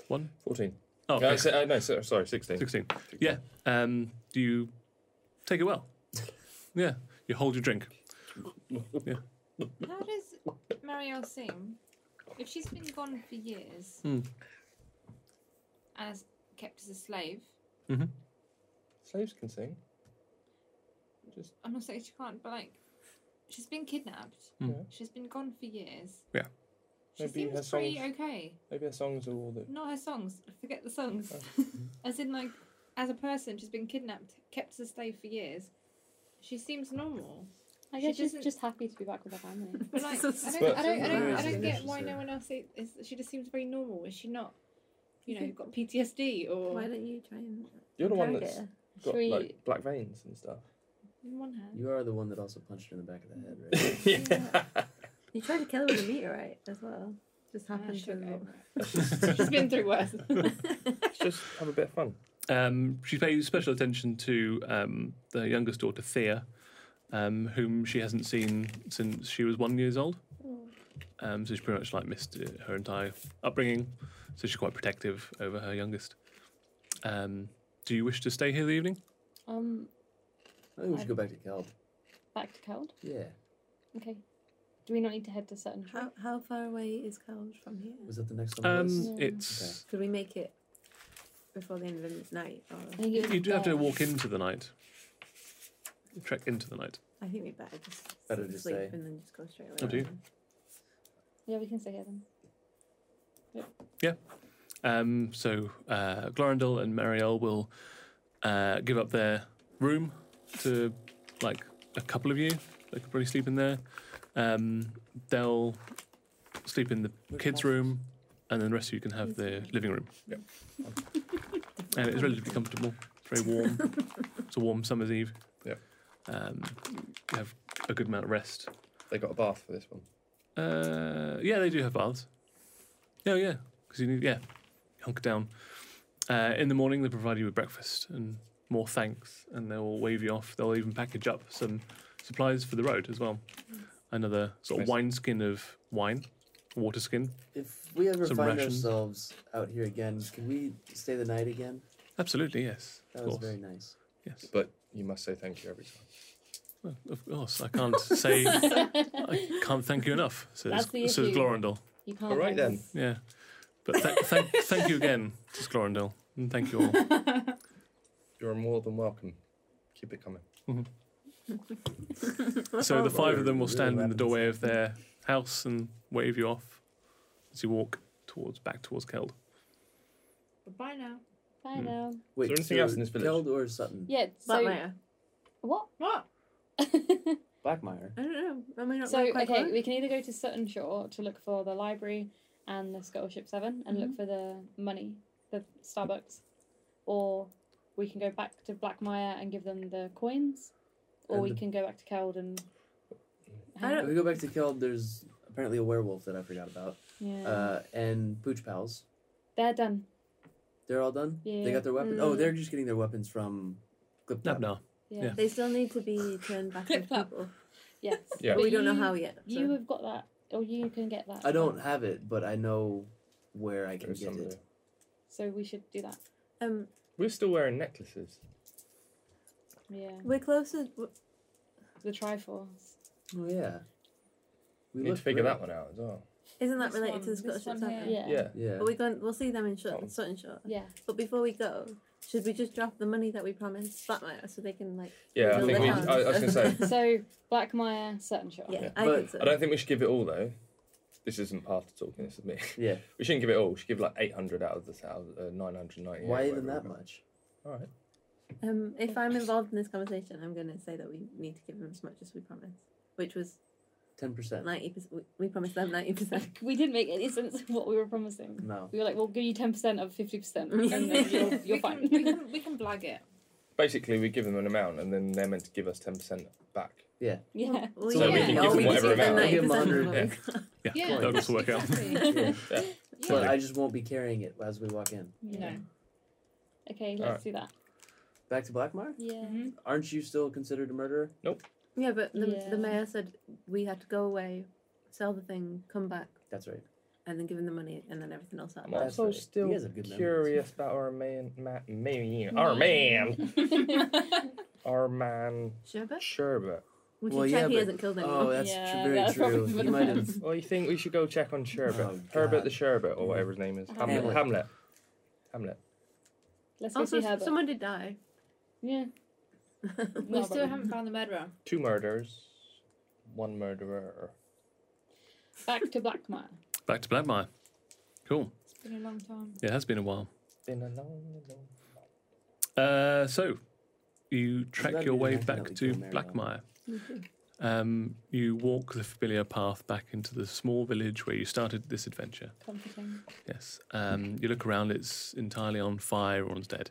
S2: One.
S3: fourteen.
S2: Oh,
S3: Uh,
S2: okay.
S3: si- uh, no, so- sorry, sixteen.
S2: 16. Yeah. Um, do you take it well? Yeah. You hold your drink.
S5: How does Marielle seem? If she's been gone for years
S2: Hmm.
S5: and is kept as a slave,
S3: Slaves can sing. Just
S5: I'm not saying she can't, but like, she's been kidnapped.
S2: Hmm.
S3: Yeah.
S5: She's been gone for years.
S2: Yeah.
S5: She
S3: Maybe her
S5: seems pretty
S3: songs-
S5: okay.
S3: maybe their songs are all that.
S5: Not her songs. Forget the songs.
S3: Oh.
S5: <laughs> as in, like, as a person, she's been kidnapped, kept as a slave for years. She seems normal.
S7: I
S4: She
S7: guess she's
S4: doesn't-
S7: just happy to be back with her family.
S4: <laughs>
S2: <laughs>
S5: But like, I
S4: But-
S5: don't, I don't, I don't, I
S1: Whereas the
S5: don't get why
S1: initials
S5: no
S1: are-
S5: one else is, is. She just seems very normal. Is she not, you know,
S4: Okay.
S5: got PTSD or?
S4: Why don't you try and
S3: You're the one
S4: interrogate
S3: that's
S4: her?
S3: got
S7: Should we-
S3: like black veins and <laughs> stuff.
S5: In one hand.
S1: You are the one that also punched her in the back of the head,
S2: <laughs>
S1: right?
S4: <laughs> You tried to kill her with a meteorite as well. Just
S5: Ah,
S4: happened
S5: she took
S4: to.
S5: over it. She's been through worse. <laughs>
S3: Let's just have a bit of fun.
S2: Um, she pays special attention to um, the youngest daughter, Thea, um, whom she hasn't seen since she was one years old. Um, so she pretty much like missed uh, her entire upbringing. So she's quite protective over her youngest. Um, do you wish to stay here the evening?
S7: Um,
S1: I think we should go back to Kelp.
S7: back to Cald.
S1: Yeah.
S7: Okay. Do we not need to head to certain?
S4: How how far away is Calge from here?
S1: Was that the next one? on the list?
S2: Um,
S7: Yeah.
S2: it's
S4: Could we make it before the end of the night? Or
S7: I think it was
S2: you do have to
S7: there.
S2: walk into the night, trek into the night.
S4: I think we better just
S1: Better
S4: s-
S1: just
S4: sleep
S1: say.
S4: and then just go straight
S3: Oh,
S4: away.
S2: I do.
S4: then.
S7: Yeah, we can stay here then.
S2: Um, so uh, Glorindel and Mariel will uh, give up their room to like a couple of you. They could probably sleep in there. Um, they'll sleep in the kids' room, and then the rest of you can have the living room. Yeah. and it's relatively comfortable. It's very warm. it's a warm summer's eve.
S3: Yeah.
S2: Um, you have a good amount of rest.
S3: They got a bath for this one.
S2: Uh, yeah, they do have baths. Oh yeah, because you need yeah, hunker down. Uh, in the morning, they provide you with breakfast and more thanks, and they'll wave you off. They'll even package up some supplies for the road as well. Another sort of
S3: Nice.
S2: wineskin of wine, water skin.
S1: If we ever
S2: Some
S1: find
S2: rations.
S1: ourselves out here again, can we stay the night again?
S2: Absolutely yes,
S1: That
S2: of
S1: was
S2: course.
S1: very nice.
S2: Yes,
S3: But you must say thank you every time.
S2: well, of course. I can't say I can't thank you enough. Says
S7: That's the
S2: says
S7: issue.
S2: Glorindel.
S7: You can't.
S3: All right
S7: tell
S3: then.
S7: us.
S2: Yeah, but th- thank thank you again, says Glorindel, and thank you all.
S3: You're more than welcome. Keep it coming.
S2: So the five of them will
S1: Really
S2: stand in the
S1: rampant.
S2: doorway of their house and wave you off as you walk towards back towards Keld.
S5: Bye now.
S7: Bye now.
S1: Wait,
S3: anything
S1: so
S3: else in this village?
S1: Keld or Sutton?
S7: Yeah.
S4: But
S7: So
S4: Maya,
S7: what? <laughs>
S5: What?
S1: Blackmire.
S4: I don't know. Am I not
S7: So
S4: like quite
S7: okay,
S4: close?
S7: we can either go to Sutton Shore to look for the library and the Scuttleship Seven and
S4: Mm-hmm.
S7: look for the money, the Starbucks, or we can go back to Blackmire and give them the coins, or
S1: And
S7: we
S1: the-
S7: can go back to Cald and.
S4: I
S1: If
S4: don't-
S1: we go back to Keld, there's apparently a werewolf that I forgot about.
S4: Oh.
S7: Yeah.
S1: Uh, and Pooch Pals.
S7: They're done.
S1: They're all done? They
S7: Yeah.
S1: got their weapons?
S4: Mm.
S1: Oh, they're just getting their weapons from Clip
S2: No,
S1: Clap.
S2: no.
S7: Yeah.
S4: They still need to be turned back into
S5: Clip-clop.
S4: people.
S7: Yes.
S4: <laughs>
S3: Yeah.
S4: But we don't know
S7: you-
S4: how yet. So.
S7: You have got that, or you can get that.
S1: I don't have it, but I know where I can
S3: There's
S1: get
S3: some
S1: it.
S3: there.
S7: So we should do that.
S4: um,
S3: We're still wearing necklaces.
S7: Yeah.
S4: we're closer. w-
S7: The Triforce.
S1: Oh, yeah.
S3: We
S1: We
S3: need
S1: look
S3: to figure
S1: great.
S3: that one out as well.
S4: Isn't that
S5: This
S4: related
S5: one-
S4: to the
S5: this
S4: Scottish
S5: one
S4: Seven?
S5: here.
S7: Yeah.
S3: Yeah.
S1: Yeah.
S4: But we going. We'll see them in short,
S3: Oh.
S4: Sutton Shore.
S7: Yeah.
S4: But before we go, should we just drop the money that we promised Batmire so they can like?
S3: Yeah, I
S4: We'll
S3: think we.
S4: lay
S3: I, I was gonna say.
S4: hands.
S7: So Blackmire, Sutton Shore.
S4: Yeah,
S3: Yeah.
S4: I
S1: But
S4: think so.
S3: I don't think we should give it all though. This isn't part of talking. This is me.
S1: Yeah.
S3: <laughs> We shouldn't give it all. We should give like 800 out of the thousand, uh, 990.
S1: Why even that much?
S3: All right.
S4: Um, if I'm involved in this conversation, I'm going to say that we need to give them as much as we promised, which was
S1: 10%.
S4: ninety percent. We promised them ninety percent.
S7: We didn't make any sense of what we were promising.
S4: <laughs>
S1: No.
S7: We were like, we'll give you 10% of 50%, and <laughs> then you're, you're
S5: we
S7: fine.
S5: Can, we, can, we can blag it.
S3: Basically, we give them an amount and then they're meant to give us 10% back.
S7: yeah.
S4: Oh, Well,
S1: So we can give them whatever amount. We'll
S4: Ninety
S1: give them
S4: percent.
S1: 100.
S2: Yeah,
S5: Yeah,
S2: that'll just work out.
S5: exactly.
S1: Yeah. But
S2: Yeah.
S1: I just won't be carrying it as we walk in.
S5: You know.
S7: Okay, let's
S3: Alright.
S7: do that.
S1: Back to Blackmar?
S7: Yeah.
S5: Mhm.
S1: Aren't you still considered a murderer?
S4: <laughs> Yeah, but the,
S7: Yeah.
S4: the mayor said we had to go away, sell the thing, come back,
S1: That's right.
S4: and then give him the money, and then everything else
S3: I'm
S4: happened.
S1: That's
S3: also
S1: right.
S3: still
S1: He has a good memory.
S3: curious about our man, ma- man, Mm-hmm. our man, our man,
S4: Sure, but
S3: Sherbet.
S4: we should
S1: Well,
S4: check
S1: yeah,
S4: he
S1: but-
S4: hasn't killed anyone.
S1: Oh, that's
S7: Yeah,
S1: tr- very
S7: that's
S1: true.
S7: probably
S1: He
S7: been
S1: might
S7: the-
S1: have.
S4: <laughs>
S3: Well, you think we should go check on Sherbet?
S1: Oh,
S3: Herbert
S1: God.
S3: the Sherbet, or whatever his name is. Hamlet.
S7: Hamlet.
S3: Hamlet. Hamlet.
S7: <laughs> Let's go
S4: also,
S7: see her. but-
S4: someone did die.
S7: <laughs> Yeah.
S5: We
S7: Not a
S5: still
S7: problem.
S5: haven't found the murderer.
S3: Two murders, one murderer.
S7: Back to Blackmire.
S2: <laughs> Back to Blackmire. Cool.
S5: It's been a long time.
S2: Yeah, it has been a while.
S3: Been a long, long
S2: Uh, so you trek
S1: that'd
S2: your
S1: be the
S2: way
S1: next
S2: back
S1: Nelly
S2: to
S1: Gilmero.
S2: Blackmire. Um, you walk the familiar path back into the small village where you started this adventure.
S7: Comforting.
S2: Yes. Um, you look around, it's entirely on fire, everyone's dead.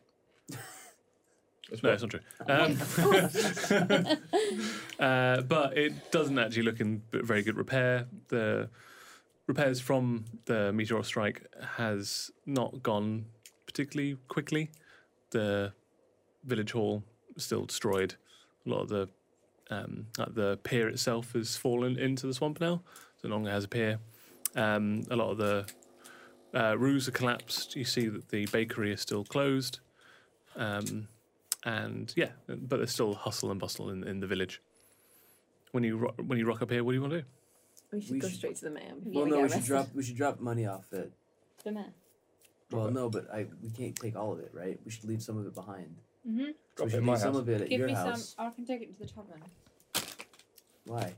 S3: That's
S2: No,
S3: what-
S2: it's not true. Um, <laughs> uh, but it doesn't actually look in b- very good repair. The repairs from the meteor strike has not gone particularly quickly. The village hall is still destroyed. A lot of the um, like the pier itself has fallen into the swamp now. It no longer has a pier. Um, a lot of the uh, roofs are collapsed. You see that the bakery is still closed. Um, and yeah, but there's still hustle and bustle in, in the village. When you ro- when you rock up here, what do you want to do?
S4: We should
S1: We
S4: go
S1: should-
S4: straight to the mayor. before
S1: Well,
S4: we
S1: no,
S4: get
S1: we should
S4: arrested.
S1: drop we should drop money off it.
S7: The mayor.
S1: Well, no, but I we can't take all of it, right? We should leave some of it behind.
S5: Mm-hmm.
S1: So
S3: Drop
S1: we
S3: it
S1: should
S3: in
S1: leave
S3: my
S1: some
S3: house.
S1: of it at
S5: Give
S1: your
S5: me
S1: house.
S5: some. I can take it to the tavern.
S1: Why?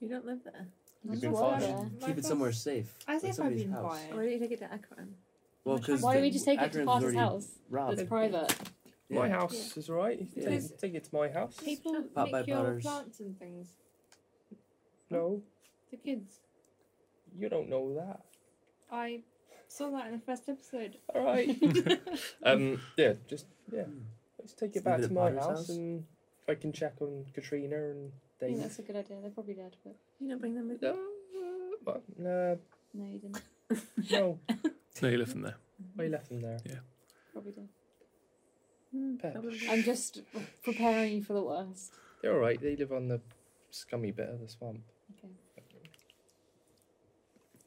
S4: You don't live there.
S3: You've been
S7: That's
S3: fine.
S7: all right.
S5: My
S1: Keep it
S5: boss-
S1: somewhere safe.
S5: I
S1: at
S5: think I've
S1: somebody's
S5: been
S1: house.
S5: quiet.
S4: Why don't you take it to Akron?
S1: Well,
S5: Why
S1: 'cause
S7: Why don't we
S1: the-
S7: just take it to
S1: Akron's
S7: Parker's
S1: already
S7: house?
S1: robbed.
S7: It's private.
S3: My
S1: Yeah.
S3: house is alright. You can
S1: Yeah.
S3: take- take it to my house.
S5: People
S1: Pot by
S5: nick your
S1: butters.
S5: plants and things.
S3: No,
S5: The kids.
S3: you don't know that.
S5: I saw that in the first episode.
S3: All right.
S1: <laughs>
S3: um, yeah, just yeah. Let's take it
S1: Leave
S3: back
S1: it
S3: to
S1: at
S3: my
S1: Potter's
S3: house,
S1: house?
S3: and I can check on Katrina and
S7: I think
S3: Dave.
S7: that's a good idea. They're probably dead, but
S4: You don't bring them with you.
S3: No, but uh,
S7: no, you didn't.
S3: no,
S2: No, you left them there.
S3: I left them there.
S7: Probably did.
S3: Pet.
S4: Hmm, Probably.
S7: I'm just preparing you for the worst.
S3: They're all right. They live on the scummy bit of the swamp.
S7: Okay.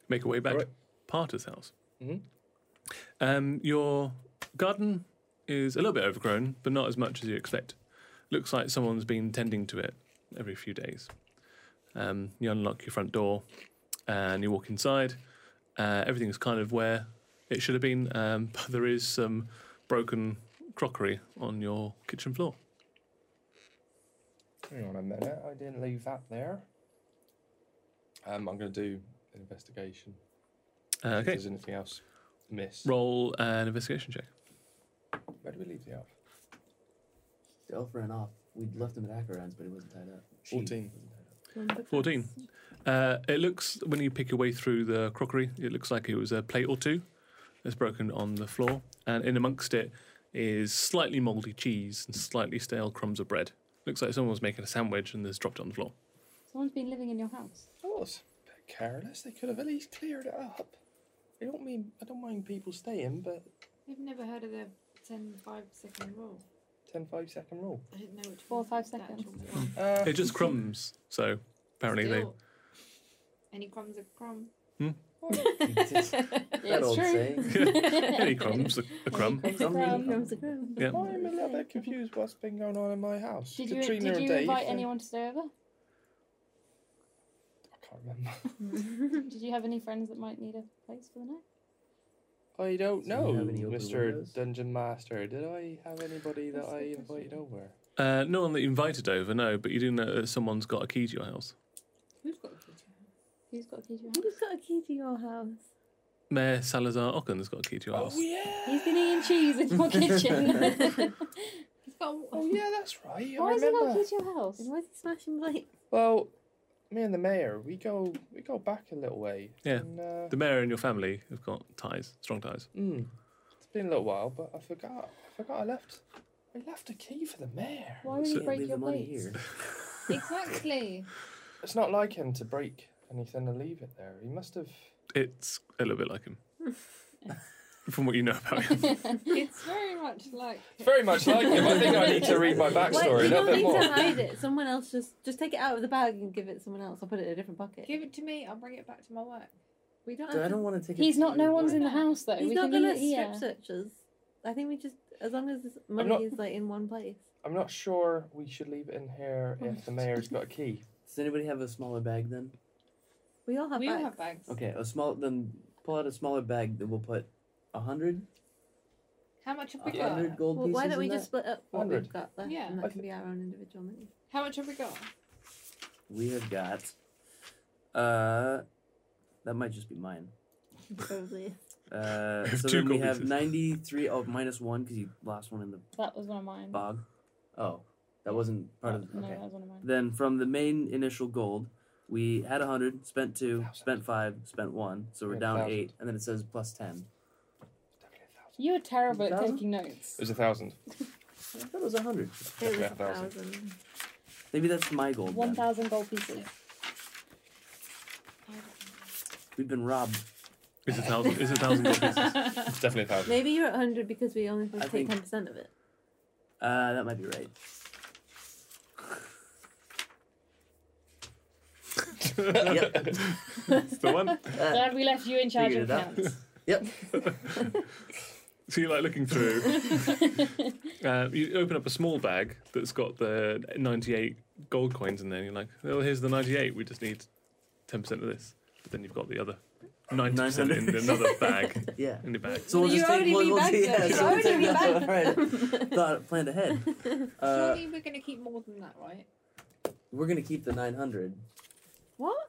S2: Make your way back
S3: Alright.
S2: to Parter's house.
S3: Mhm.
S2: Um, your garden is a little bit overgrown, but not as much as you expect. Looks like someone's been tending to it every few days. Um, you unlock your front door and you walk inside. Uh, everything's kind of where it should have been, um, <laughs> but there is some broken crockery on your kitchen floor.
S3: Hang on a minute. I didn't leave that there. Um, I'm gonna do an investigation.
S2: Uh,
S3: see if
S2: okay,
S3: There's anything else miss?
S2: roll an investigation check.
S3: Where do we leave the elf?
S1: The elf ran off. We left him at Akron's, but he wasn't tied up. She <laughs>
S3: 14.
S1: wasn't tied up.
S4: Remember
S2: 14.
S4: that.
S2: Uh, it looks, when you pick your way through the crockery, it looks like it was a plate or two that's broken on the floor. And in amongst it is slightly mouldy cheese and slightly stale crumbs of bread. Looks like someone was making a sandwich and has dropped it on the floor.
S7: Someone's been living in your house.
S3: That was a bit careless. They could have at least cleared it up. I don't mean I don't mind people staying, but
S5: You've never heard of the 10 5 second rule.
S3: 10 5 second rule.
S5: I didn't know which
S7: Four or
S5: one
S7: five
S5: was the actual
S7: seconds.
S1: Hmm.
S5: one.
S3: Uh,
S2: It's just crumbs, so apparently they.
S5: Still, Any crumbs are crumb.
S7: <laughs>
S1: Jesus.
S7: Yeah,
S1: <laughs> that
S7: it's
S1: old
S7: true.
S1: saying.
S2: <laughs> Any crumbs, a, a crumb.
S7: Crumbs are
S1: Crumb.
S7: crumb.
S4: Crumbs are crumbs.
S2: Yeah.
S3: I'm a little bit confused what's been going on in my house.
S7: Did you,
S3: Katrina
S7: did
S3: and
S7: you
S3: Dave.
S7: invite
S3: uh,
S7: anyone to stay over?
S3: I can't remember.
S7: <laughs> Did you have any friends that might need a place for the night?
S3: I don't
S1: So you
S3: know,
S1: have any open
S3: Mr.
S1: windows?
S3: Dungeon Master. Did I have anybody that
S7: That's a
S3: I
S7: good
S3: invited over?
S2: Uh, no one that you invited over, no, but you do know that someone's got a key to your house.
S5: Who's got the kitchen?
S7: Who's got a key to your house?
S4: Who's got a key to your house?
S2: Mayor Salazar Ocken's got a key to
S3: Oh,
S2: your house.
S3: yeah.
S7: He's been eating cheese
S1: <laughs>
S7: in your kitchen.
S5: He's got.
S3: Oh yeah, that's right.
S7: <laughs> Why
S3: I
S7: has he got a
S3: remember.
S7: key to your house?
S4: And why is he smashing plate?
S3: Well, me and the mayor, we go we go back a little way.
S2: Yeah.
S3: And, uh,
S2: The mayor and your family have got ties, strong ties.
S3: Mm. It's been a little while, but I forgot. I forgot I left. I left a key for the mayor.
S7: Why would
S2: So-
S7: you
S1: Can't
S7: break
S1: leave the
S7: your
S1: money
S7: plates?
S1: here.
S5: Exactly.
S3: It's not like him to break anything and leave it there. He must have.
S2: It's a little bit like him. From what you know about him.
S1: <laughs>
S4: <laughs>
S5: it's very much like.
S3: Very much like him. I think I need to <laughs> read my
S4: Wait,
S3: backstory
S4: you
S3: a little
S4: don't
S3: bit
S4: need
S3: more.
S4: to hide it. Someone else just just take it out of the bag and give it to someone else. I'll put it in a different bucket.
S5: Give it to me. I'll bring it back to my work.
S4: we don't.
S1: Dude, I
S4: Have to,
S1: don't want to take. it
S7: Uh, He's
S1: to
S7: not.
S1: your
S7: No one's
S1: work.
S7: in the house though.
S4: he's
S7: we
S4: not
S7: can
S4: gonna
S7: leave it here.
S4: strip search us. I think we just as long as this money
S3: not-
S4: is like in one place.
S3: I'm not sure we should leave it in here if the mayor's got a key.
S1: Does anybody have a smaller bag then?
S4: We all
S5: <laughs>
S4: have
S5: we
S4: bags.
S5: all have bags.
S1: Okay, a small. Then pull out a smaller bag that will put a hundred,
S5: How much have
S1: a
S5: we got?
S1: hundred gold
S4: Well,
S1: pieces.
S4: why don't we
S1: in that?
S4: just split up what
S3: 100.
S4: we've got left,
S5: Yeah.
S4: and
S3: I
S4: that can
S3: thi-
S4: be our own individual money.
S5: How much have we got?
S1: We have got. Uh, that might just be mine.
S4: Probably.
S1: Uh,
S2: <laughs> I have
S1: so
S2: two
S1: then we
S2: gold
S1: have
S2: pieces.
S1: ninety-three. Oh, minus one because you lost one in the
S7: That was one of mine.
S1: bog. Oh, That wasn't part of.
S7: No,
S1: Okay.
S7: that was one of mine.
S1: Then from the main initial gold, we had 100, spent 2, spent 5, spent 1, so we're
S3: Yeah,
S1: down
S3: thousand.
S1: 8, and then it says plus 10.
S7: You are terrible at
S1: Thousand?
S7: taking notes.
S3: It was a thousand.
S1: I thought it was 100.
S4: It was
S3: Yeah,
S4: a
S3: thousand.
S4: thousand.
S1: Maybe that's my gold.
S7: One
S1: then.
S7: thousand gold pieces.
S1: We've been robbed.
S2: It's a thousand. It's a thousand
S1: <laughs>
S2: gold pieces.
S3: It's definitely a thousand.
S4: Maybe you're at 100 because we only
S1: I
S4: take
S1: think-
S4: 10% of it.
S1: Uh, that might be
S2: <laughs>
S1: right. <laughs>
S2: <laughs>
S1: Yep.
S2: It's the one.
S7: Glad we left you in charge
S1: Figured
S7: of
S1: it out. <laughs>
S7: accounts.
S2: <laughs>
S7: <laughs>
S2: So you're like looking through. Uh, you open up a small bag that's got the 98 gold coins in there. And you're like, well, here's the 98. We just need 10% of this. But then you've got the other 90% in
S1: 900.
S2: another bag.
S4: <laughs>
S1: Yeah.
S2: In the bag.
S1: So we'll
S4: You
S1: just take
S4: already
S1: one.
S4: be
S1: We'll
S4: back
S1: take,
S4: there.
S1: yeah,
S4: You
S1: so we'll
S4: already
S1: take
S4: be
S1: another. Right. Thought planned ahead.
S4: <laughs>
S1: Uh,
S5: Surely we're going to keep more than that, right?
S1: we're gonna keep the 900,
S4: What?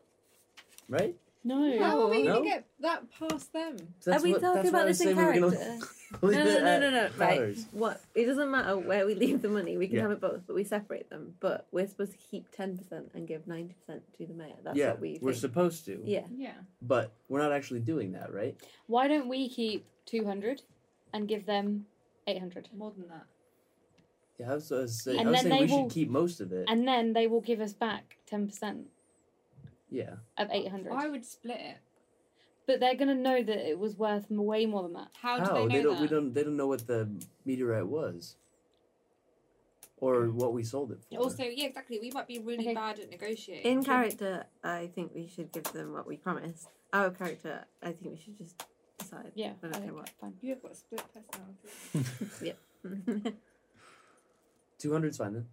S1: right?
S7: no.
S5: How are we
S1: No.
S5: going to get that past them?
S1: That's
S4: Are we
S1: what-
S4: talking
S1: that's what I
S4: about
S1: was
S4: this in
S1: saying we
S4: character?
S1: were gonna
S4: no,
S1: <laughs> leave
S4: no,
S1: it
S4: no,
S1: at
S4: no, no. Right.
S1: dollars.
S4: What? It doesn't matter where we <laughs> leave the money. We can
S1: Yeah.
S4: have it both, but we separate them. But we're supposed to keep 10% and give 90% to the mayor. That's
S1: yeah,
S4: what we
S1: we're
S4: think.
S1: supposed to.
S4: yeah.
S5: Yeah.
S1: But we're not actually doing that, right?
S7: Why don't we keep two hundred and give them eight hundred,
S5: More than that.
S1: Yeah, I was, I was saying,
S7: And
S1: I was
S7: then
S1: saying
S7: they
S1: we
S7: will-
S1: should keep most of it.
S7: and then they will give us back ten percent
S1: yeah.
S7: of eight hundred.
S5: I would split it.
S7: But they're gonna know that it was worth m- way more than that.
S5: How,
S1: How?
S5: do they know
S1: don't.
S5: that?
S1: We don't. They don't know what the meteorite was, or what we sold it for.
S5: Also, yeah, exactly. We might be really
S7: Okay.
S5: bad at negotiating.
S4: In character, I think we should give them what we promised. Our character, I think we should just decide.
S7: Yeah.
S4: I
S7: I
S4: don't
S7: think
S4: know
S7: Fine.
S5: You have got a split personality.
S4: <laughs> what.
S1: two hundred's fine then.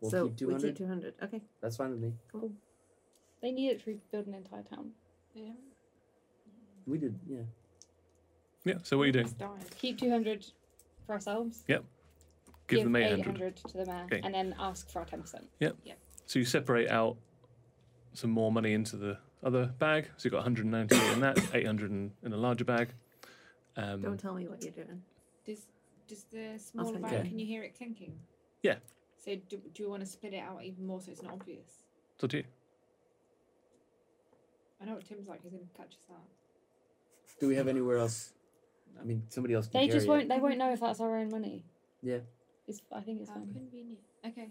S1: We'll
S4: so
S1: keep two
S4: we
S1: hundred.
S4: keep 200. Okay.
S1: That's fine with me.
S7: They need it to build an entire town.
S5: Yeah.
S1: We did. Yeah.
S2: Yeah, so what are you doing?
S5: Just died.
S7: Keep two hundred for ourselves.
S2: Give, them
S7: eight
S2: 800.
S7: hundred to the mayor,
S2: Okay.
S7: and then ask for our ten percent.
S2: So you separate out some more money into the other bag. So you've got 190 in that, 800 in, in a larger bag.
S1: Hmm.
S2: Um,
S4: Don't tell me what you're doing.
S5: Does does the smaller
S4: take
S5: bag?
S1: it.
S5: Can you hear it clinking?
S2: Yeah.
S5: So do, do you want to split it out even more so it's not obvious?
S2: it's up to you.
S5: I know what Tim's like. He's gonna catch us out.
S1: Do we have anywhere else? I mean, somebody else. Can
S7: They
S1: carry
S7: just
S1: it.
S7: won't. They won't know if that's our own money.
S1: Yeah.
S7: It's, I think it's
S5: How
S7: fine.
S5: convenient. Okay.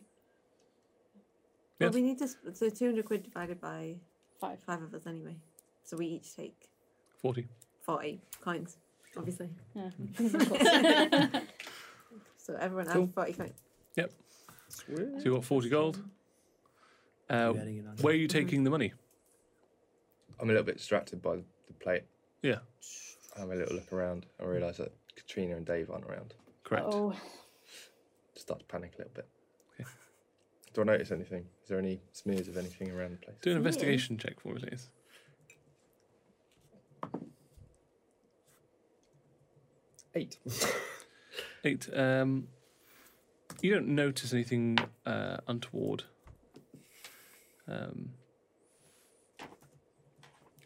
S2: Yeah.
S4: Well, we need to. sp- So 200 quid divided by
S7: Five.
S4: five of us anyway. So we each take
S2: 40.
S4: 40 coins, obviously.
S7: Yeah. Of course.
S4: <laughs> So everyone
S2: Cool.
S4: has 40 coins.
S2: So you've got 40 gold. Uh,
S1: We're adding it on.
S2: where are you taking the money?
S3: I'm a little bit distracted by the plate.
S2: Yeah.
S3: I have a little look around. I realise that Katrina and Dave aren't around.
S2: Correct.
S7: oh,
S3: Start to panic a little bit.
S2: Okay.
S3: Do I notice anything? Is there any smears of anything around the place?
S2: Do an
S4: Yeah.
S2: investigation check for me, please.
S3: Eight.
S2: Eight. Um, you don't notice anything uh, untoward. Um,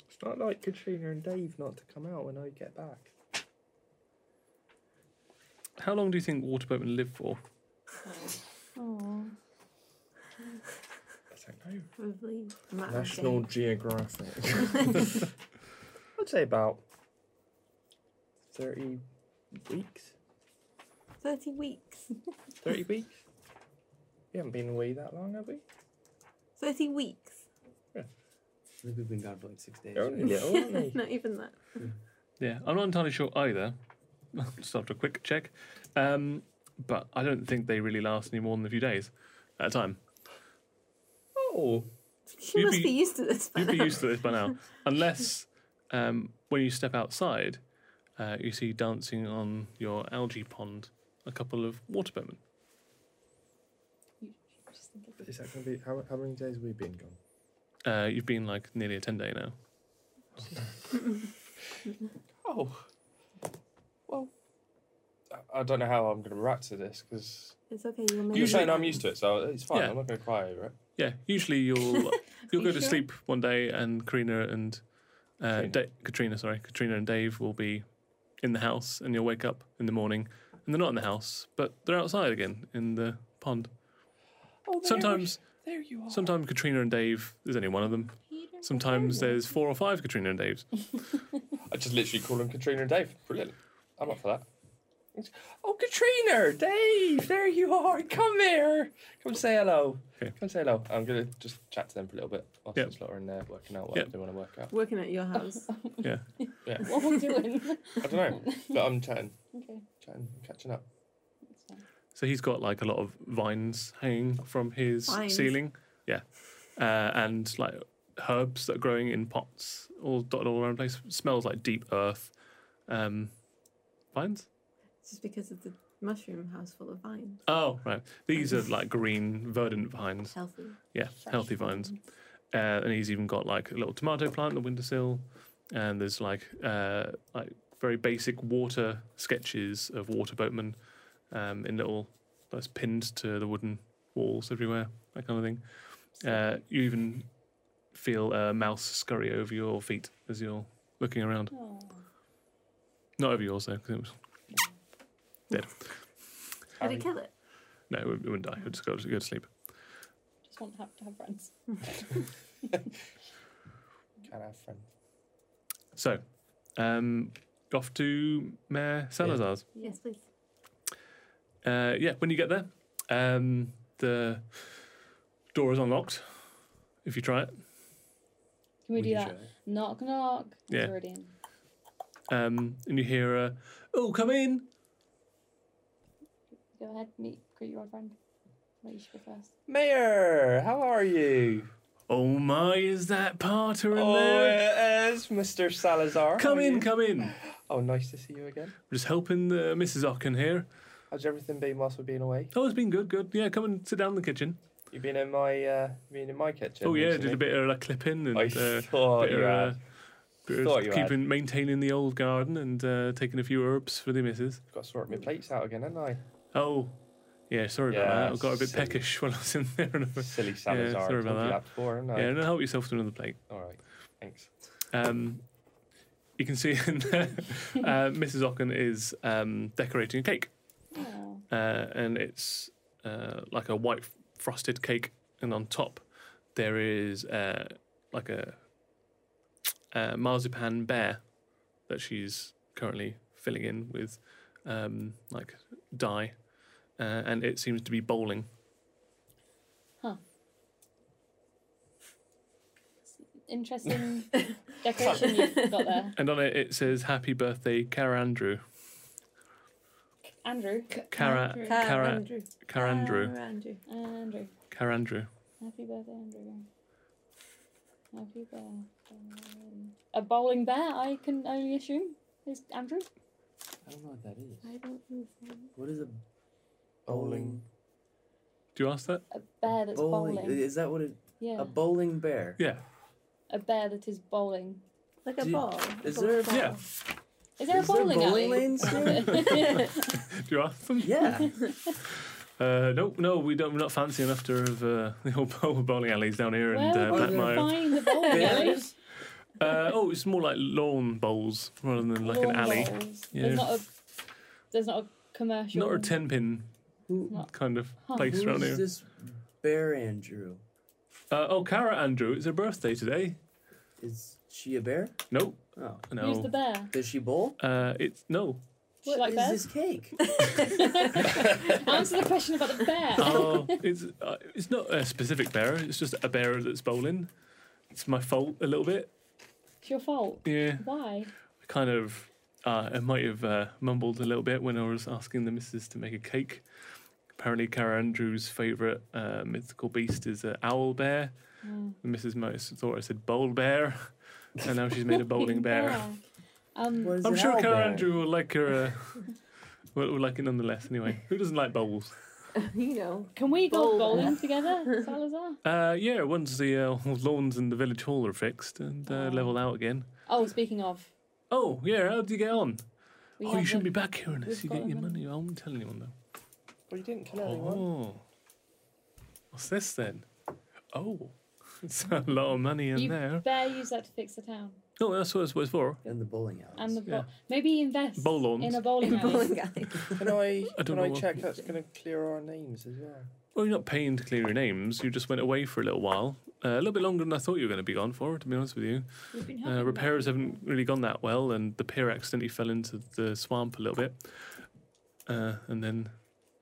S3: It's not like Katrina and Dave not to come out when I get back.
S2: how long do you think water boatmen live for?
S7: oh,
S3: I don't know.
S4: Probably. a
S3: Ah,
S4: matter of
S3: National
S4: days.
S3: Geographic. <laughs> I'd say about 30 weeks.
S4: 30 weeks.
S3: <laughs> 30 weeks? We haven't been away that long, have we?
S4: 30 weeks.
S1: I think we've been gone for like six days.
S3: Only
S1: right?
S4: <laughs>
S3: little, only.
S4: Not even that.
S2: Yeah, I'm not entirely sure either. <laughs> Just after a quick check. Um, but I don't think they really last any more than a few days at a time.
S3: Oh,
S4: She
S2: You'd
S4: must
S2: be-
S4: be, used to this. by
S2: You'd be
S4: now.
S2: used to this by now. Unless um, when you step outside, uh, you see dancing on your algae pond a couple of water boatmen.
S5: Just think of it.
S3: is that going to be how, how many days have we been gone?
S2: Uh, you've been like nearly a 10 day now.
S3: Oh, well, I- I don't know how I'm going to react to this because
S4: It's okay. You'll make
S3: you're
S4: it
S3: saying
S4: back.
S3: I'm used to it, so it's fine.
S2: Yeah.
S3: I'm not going to cry over it.
S2: Yeah, usually you'll you'll go
S5: you
S2: to
S5: sure?
S2: sleep one day and Karina and uh,
S3: Katrina.
S2: Da- Katrina, sorry, Katrina and Dave will be in the house, and you'll wake up in the morning And they're not in the house, but they're outside again in the pond.
S3: Oh, there,
S2: Sometimes,
S3: There you are.
S2: sometimes Katrina and Dave. There's only one of them.
S7: Peter
S2: Sometimes
S7: Pan.
S2: there's four or five Katrina and Daves.
S3: I just literally call them Katrina and Dave. Brilliant. I'm up for that. It's- Oh, Katrina, Dave, there you are. Come here. Come say hello.
S2: Okay.
S3: Come say hello. I'm going to just chat to them for a little bit whilst
S2: Yep.
S3: it's lot are in there working out what
S2: Yep.
S3: they want to work out.
S4: Working at your
S2: <laughs>
S4: house.
S2: Yeah.
S7: What are we doing?
S3: I don't know, but I'm chatting,
S7: okay.
S3: chatting, catching up.
S7: That's fine.
S2: So he's got like a lot of vines hanging from his
S4: Vines?
S2: ceiling. Yeah. Uh, and like herbs that are growing in pots all dotted all around the place. Smells like deep earth. Um, vines?
S4: It's just because of the mushroom house full of vines.
S2: Oh, right. These are like green, verdant vines.
S4: Healthy.
S2: Yeah, healthy vines. Uh, and he's even got like a little tomato plant on the windowsill. And there's like uh, like very basic water sketches of water boatmen um, in little that's pinned to the wooden walls everywhere, that kind of thing. Uh, you even feel a mouse scurry over your feet as you're looking around.
S7: Oh,
S2: Not over yours though, because it was
S4: Did it kill it?
S2: no, it wouldn't- it wouldn't die. It would just go to, go to sleep.
S7: just want to have, to have friends.
S3: Can't have friends.
S2: So, um, off to Mayor Salazar's.
S4: Yes, please.
S2: Uh, yeah, when you get there, um, the door is unlocked. If you try it,
S7: Can we
S1: Would
S7: do
S1: you
S7: that?
S1: try it?
S7: Knock, knock.
S2: Yeah.
S7: It's already in.
S2: um, and you hear, uh, "Oh, come in!"
S7: Go ahead, meet, greet your old friend. Wait, you should go first.
S3: Mayor, how are you?
S2: Oh my, is that Parter in
S3: Oh,
S2: there?
S3: it is Mr. Salazar.
S2: Come
S3: How are
S2: in,
S3: you?
S2: come in.
S3: Oh, nice to see you again.
S2: Just helping the Mrs. Ocken here.
S3: How's everything been whilst we've been away?
S2: Oh, it's been good, good. Yeah, come and sit down in the kitchen.
S3: You've been in my, uh, been in my kitchen.
S2: oh yeah, did
S3: recently.
S2: a bit of like, clipping and
S3: I
S2: uh,
S3: thought
S2: bit
S3: you
S2: of, uh,
S3: had.
S2: bit of
S3: Thought you had.
S2: keeping maintaining the old garden and uh, taking a few herbs for the missus.
S3: Got to sort my plates out
S2: <laughs>
S3: again, haven't I?
S2: Oh, yeah, sorry
S3: Yeah,
S2: about that. I got a bit
S3: silly.
S2: peckish when I was in there. <laughs>
S3: Silly Salazar.
S2: sorry
S3: told
S2: about
S3: you
S2: that.
S3: before, haven't I?
S2: Yeah, no, help yourself to another plate.
S3: All right. Thanks.
S2: Um, you can see <laughs> in there, uh, Mrs. Ocken is um, decorating a cake,
S7: Oh,
S2: uh, and it's uh, like a white frosted cake, and on top there is uh, like a, uh marzipan bear that she's currently filling in with um, like dye, uh, and it seems to be bowling.
S7: interesting decoration you've got there.
S2: And on it it says "Happy Birthday, Car Andrew."
S7: Andrew.
S2: Cara,
S5: Andrew.
S2: Cara,
S4: Andrew.
S2: Car Andrew,
S4: Andrew.
S7: Andrew.
S2: Car Andrew.
S7: Happy birthday, Andrew. Happy birthday. A bowling bear, I can only assume, is Andrew.
S1: I don't know what that is.
S4: I don't know.
S1: What is a bowling?
S2: Do you ask that?
S7: A bear that's bowling.
S1: Is that what it?
S7: Yeah.
S1: A bowling bear.
S2: Yeah.
S7: A bear that is bowling.
S4: Like a
S1: Do-
S4: ball.
S1: is
S4: ball
S1: there a-
S4: ball.
S2: Yeah.
S7: Is there
S1: Is
S7: a
S1: there
S7: bowling, uh,
S1: bowling
S7: <laughs> alley?
S1: lanes here?
S2: Do you ask them?
S1: <laughs>
S7: <laughs>
S1: yeah.
S2: Uh, no, no, we don't. We're not fancy enough to have uh, <laughs> the old bowl- bowling alleys down here
S7: Where
S2: and uh,
S7: would you
S2: Blackmire.
S7: find the bowling alley?
S1: Bears?
S2: Uh, oh, it's more like lawn bowls rather than like an
S7: Lawn
S2: alley.
S7: bowls.
S2: Yeah.
S7: There's not a there's not a commercial
S2: Not a ten pin
S1: Who,
S7: Not-
S2: kind of
S7: Huh.
S2: place
S1: who
S2: around
S1: is
S2: here.
S1: this bear Andrew?
S2: Uh, oh, Cara Andrew, it's her birthday today.
S1: Is she a bear?
S2: No,
S1: Oh.
S7: Who's the
S2: no.
S7: bear?
S1: Does she bowl?
S2: Uh, it's
S7: <laughs>
S2: no.
S7: She like
S1: is
S7: bears?
S1: this
S7: <laughs>
S1: cake?
S7: <laughs> Answer the question about the bear. <laughs>
S2: Oh, it's uh, it's not a specific bearer. It's just a bearer that's bowling. It's my fault a little bit.
S7: It's your fault.
S2: Yeah.
S7: Why?
S2: kind of uh, I might have uh, mumbled a little bit when I was asking the missus to make a cake. Apparently, Cara Andrews' favourite uh, mythical beast is an owl bear. The missus might have thought I said bowl bear, <laughs> and now she's made a
S7: <laughs>
S2: bowling bear.
S7: Um,
S1: What is
S2: I'm
S1: an
S2: sure
S1: owl
S2: Cara
S1: bear?
S2: Andrew will like her. Uh, will, will like it nonetheless. Anyway, who doesn't like bowls?
S4: <laughs> you know.
S7: Can we go
S4: Bowl
S7: bowling <laughs> together, Salazar?
S2: Uh, yeah, once the uh, lawns in the village hall are fixed and uh,
S7: Oh.
S2: leveled out again.
S7: Oh, speaking of,
S2: Oh yeah, how did you get on?
S7: we
S2: oh, you shouldn't be
S7: haven't-
S2: back here unless
S7: we've
S2: you
S7: got
S2: get your
S7: them in.
S2: money. I won't tell anyone though.
S3: Well, you didn't kill anyone.
S2: Oh. What's this then? Oh. <laughs> It's a lot of money in
S7: You
S2: there.
S7: bear use that to fix the town.
S2: No, that's what it's what it's for.
S1: and the bowling alley.
S7: And the bo-
S2: Yeah.
S7: maybe invest
S2: Bowl lawns.
S7: in a bowling alley.
S4: Bowling alley.
S3: Can I,
S2: Oh. <laughs> I don't
S3: can
S2: know
S3: I
S2: what-
S3: check that's going to clear our names as well?
S2: Well, you're not paying to clear your names. You just went away for a little while, uh, a little bit longer than I thought you were going to be gone for. To be honest with you,
S7: We've been helping
S2: uh,
S7: them.
S2: repairs haven't really gone that well, and the pier accidentally fell into the swamp a little bit, uh, and then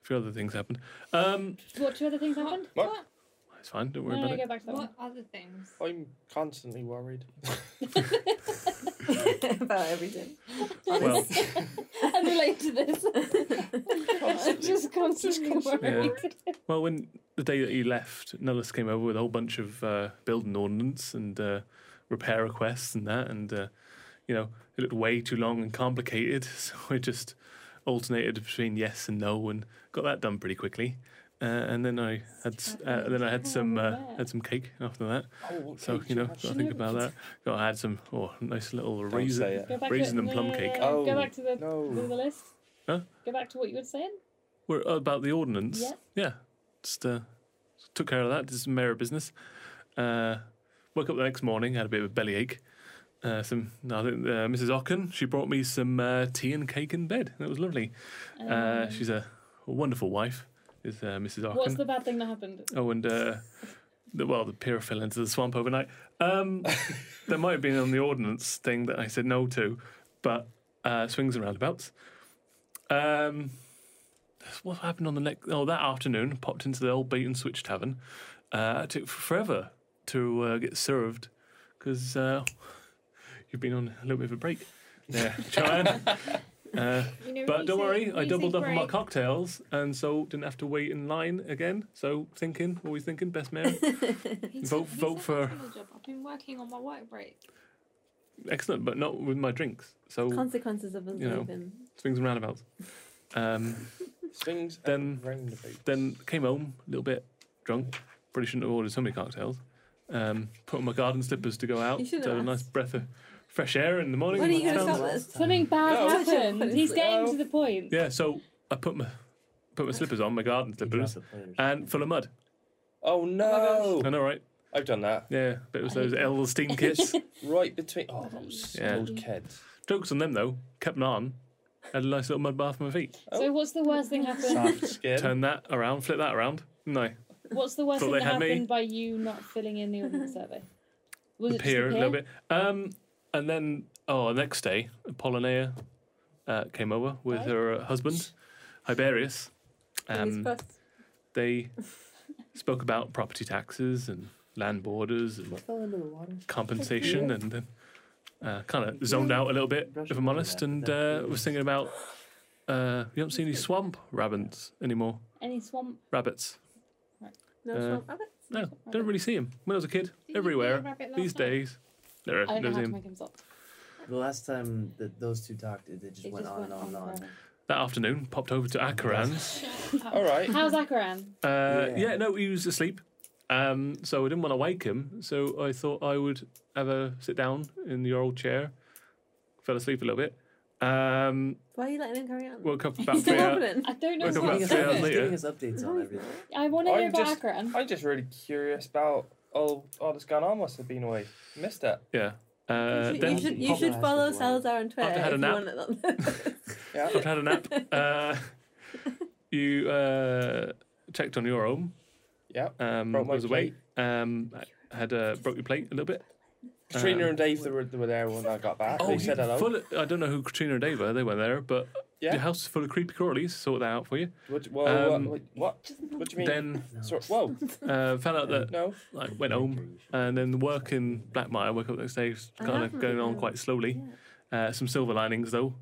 S2: a few other things happened. Um,
S7: What two other things happened?
S3: What?
S2: it's fine. Don't
S7: No,
S2: worry
S7: no,
S2: about
S7: no,
S2: it.
S7: go back to that one.
S5: What other things?
S3: I'm constantly worried.
S4: <laughs>
S7: <laughs>
S2: <laughs>
S4: About everything.
S2: Well,
S7: and relate to this. <laughs> just constantly worried.
S2: Well, when the day that you left, Nellis came over with a whole bunch of uh, building ordnance and uh, repair requests and that, and uh, you know it looked way too long and complicated, <laughs> so I just alternated between yes and no and got that done pretty quickly. Uh, and then I had uh, then I had some uh, had some cake after that,
S3: Oh,
S2: so
S3: okay,
S2: you know
S3: Josh.
S2: got to think about that. Got I had some oh nice little raisin.
S7: Go back
S2: Raisin
S7: to,
S2: and
S7: no,
S2: plum
S7: no, no,
S2: cake.
S7: no, Go
S3: Oh,
S7: back to the,
S3: no.
S7: the list.
S2: Huh?
S7: Go back to what you were saying.
S2: We're uh, about the ordinance.
S7: Yeah.
S2: Just uh, took care of that. Did some mayor business. Uh, woke up the next morning, had a bit of a bellyache. Uh, some, no, I think, uh, Mrs. Ocken, she brought me some uh, tea and cake in bed. That was lovely. uh,
S7: Um,
S2: she's a, wonderful wife, is uh, Mrs. Ocken.
S7: What's the bad thing that happened?
S2: Oh, and uh, the, well, the pier fell into the swamp overnight. Um, there might have been on the ordnance thing that I said no to, but uh, swings and roundabouts. Um, that's what happened on the next? Oh, that afternoon, popped into the old Beaton Switch Tavern. Uh, it took forever to uh, get served because uh, you've been on a little bit of a break there, Joanne. uh,
S5: <laughs> You know,
S2: but don't worry, I doubled up on my
S5: cock.
S2: cocktails and so didn't have to wait in line again. So thinking, always thinking, best
S4: <laughs>
S2: man. vote- vote for-
S5: Job. I've been working on my work break.
S2: Excellent, but not with my drinks. So
S4: Consequences of
S2: You know.
S4: unbelieving.
S2: swings and roundabouts. Um,
S3: Swings
S2: Then-
S3: and roundabouts.
S2: then came home a little bit drunk. Probably shouldn't have ordered so many cocktails. Um, put on my garden slippers to go out.
S4: You
S2: to
S4: shouldn't
S2: have a
S4: have
S2: nice breath of fresh air in the morning.
S4: What are you going to
S2: Sounds-
S4: stop us?
S7: Something bad
S3: No.
S7: happened. He's getting
S3: No.
S1: Oh.
S7: to the point.
S2: Yeah, so I put my put my slippers on, my garden
S1: You dropped
S2: slippers,
S1: the players.
S2: and full of mud.
S3: Oh no!
S2: I know, right?
S3: I've done that.
S2: Yeah, but it was
S7: I hate
S2: those
S7: that.
S2: Elves steam
S4: <laughs>
S2: kits.
S3: Right between. Oh, those
S2: Yeah.
S3: old kids.
S2: Jokes on them though. Kept on. Had a nice little mud bath for my feet.
S7: So what's the worst thing happened?
S3: Soft
S2: <laughs>
S3: skin.
S2: Turn that around, flip that around. No,
S7: What's the worst
S2: Thought
S7: thing
S2: they
S7: that
S2: had me.
S7: happened by you not filling in
S1: <laughs>
S7: the ordinance survey? Was
S2: the
S7: it just the
S2: pier a
S7: pier?
S2: little bit. Um, and then oh, the next day, Apollonia uh, came over with
S7: Right.
S2: her uh, husband, Hiberius.
S4: Fingers
S2: Um,
S4: crossed.
S2: they spoke about property taxes and land borders and
S1: fell into the water?
S2: compensation, and then uh, kind of zoned out a little bit,
S1: Brush
S2: if I'm
S1: it
S2: honest,
S1: back,
S2: and uh,
S1: that's
S2: was thinking about. Uh, you don't see any swamp rabbits anymore.
S7: Any swamp?
S2: Rabbits.
S4: No oh,
S2: uh,
S4: swamp rabbits?
S2: No, don't really see him. When I was a kid, everywhere. These days, there
S7: I don't know
S2: there's
S7: how to
S2: him.
S7: make him stop.
S1: The last time that those two talked, it, it just
S7: It
S1: went
S7: just
S1: on
S7: went
S1: and on and
S7: on
S1: on.
S7: forever.
S2: That afternoon, popped over to Akaran's.
S3: All right.
S7: How's Akaran?
S2: Uh,
S1: Yeah.
S2: yeah, no, he was asleep. Um, so I didn't want to wake him. So I thought I would have a sit down in your old chair. Fell asleep a little bit. Um,
S4: Why are you letting him carry on?
S2: woke up
S4: <laughs>
S2: about
S4: It's still
S2: three hours.
S4: happening.
S7: I don't know
S2: We'll
S7: what's
S2: come
S1: Giving
S2: back to
S1: us,
S2: it
S7: happening.
S2: later.
S1: giving us updates on everything.
S7: I want to
S3: I'm
S7: hear about
S3: just-
S7: Akaran.
S3: I'm just really curious about all all that's gone on. Must have been away. Missed it.
S2: Yeah. Uh,
S4: you,
S2: then
S1: should-
S4: should, you should
S1: Popularized
S4: follow
S1: as well.
S4: Salazar on Twitter.
S2: After I had
S4: if
S2: a
S4: you want <laughs> it.
S3: Yeah.
S2: I've had a nap. Uh, you uh, checked on your own.
S3: Yeah.
S2: Um,
S3: Broke my
S2: was awake. Um, had uh, broke your plate a little bit.
S3: Katrina
S2: Um,
S3: and Dave they were, they were there when I got back.
S2: Oh,
S3: they said hello.
S2: full of- I don't know who Katrina and Dave are. They weren't there, but
S3: Yeah.
S2: your house is full of creepy crawlies. Sort that out for you.
S3: What, well,
S2: Um,
S3: what, what? What do you mean?
S2: Then
S1: No.
S3: Sor- whoa.
S2: uh, found out that
S3: No.
S2: like went home,
S1: Uh,
S2: and then the work in Blackmire. Woke up the next day,
S4: I
S2: kind of
S4: haven't,
S2: going on
S4: no.
S2: quite slowly. Uh, some silver linings though.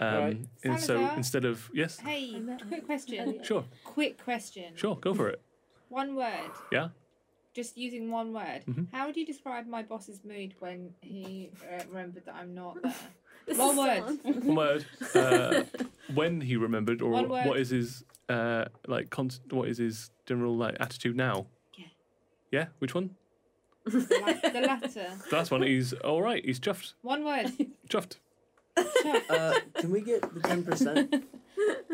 S2: Um,
S3: Right.
S2: And so
S5: Salazar?
S2: instead of yes,
S5: Hey,
S4: I met
S5: quick
S4: her
S5: question.
S4: earlier.
S2: sure,
S5: Quick question.
S2: sure, go for it.
S5: One word.
S2: Yeah.
S5: Just using one word.
S2: Mhm.
S5: How would you describe my boss's mood when he uh, remembered that I'm not there?
S4: This
S5: One
S4: is
S5: word.
S4: so
S2: One word. Uh, when he remembered, or
S5: One word.
S2: what is his uh, like? Const- what is his general like attitude now?
S5: Yeah.
S2: Yeah. Which one?
S5: The la- the
S7: <laughs>
S5: latter.
S2: The last one. He's all right. He's chuffed.
S5: One word.
S2: Chuffed.
S5: Chuff.
S1: Uh, can we get the ten
S4: <laughs>
S1: percent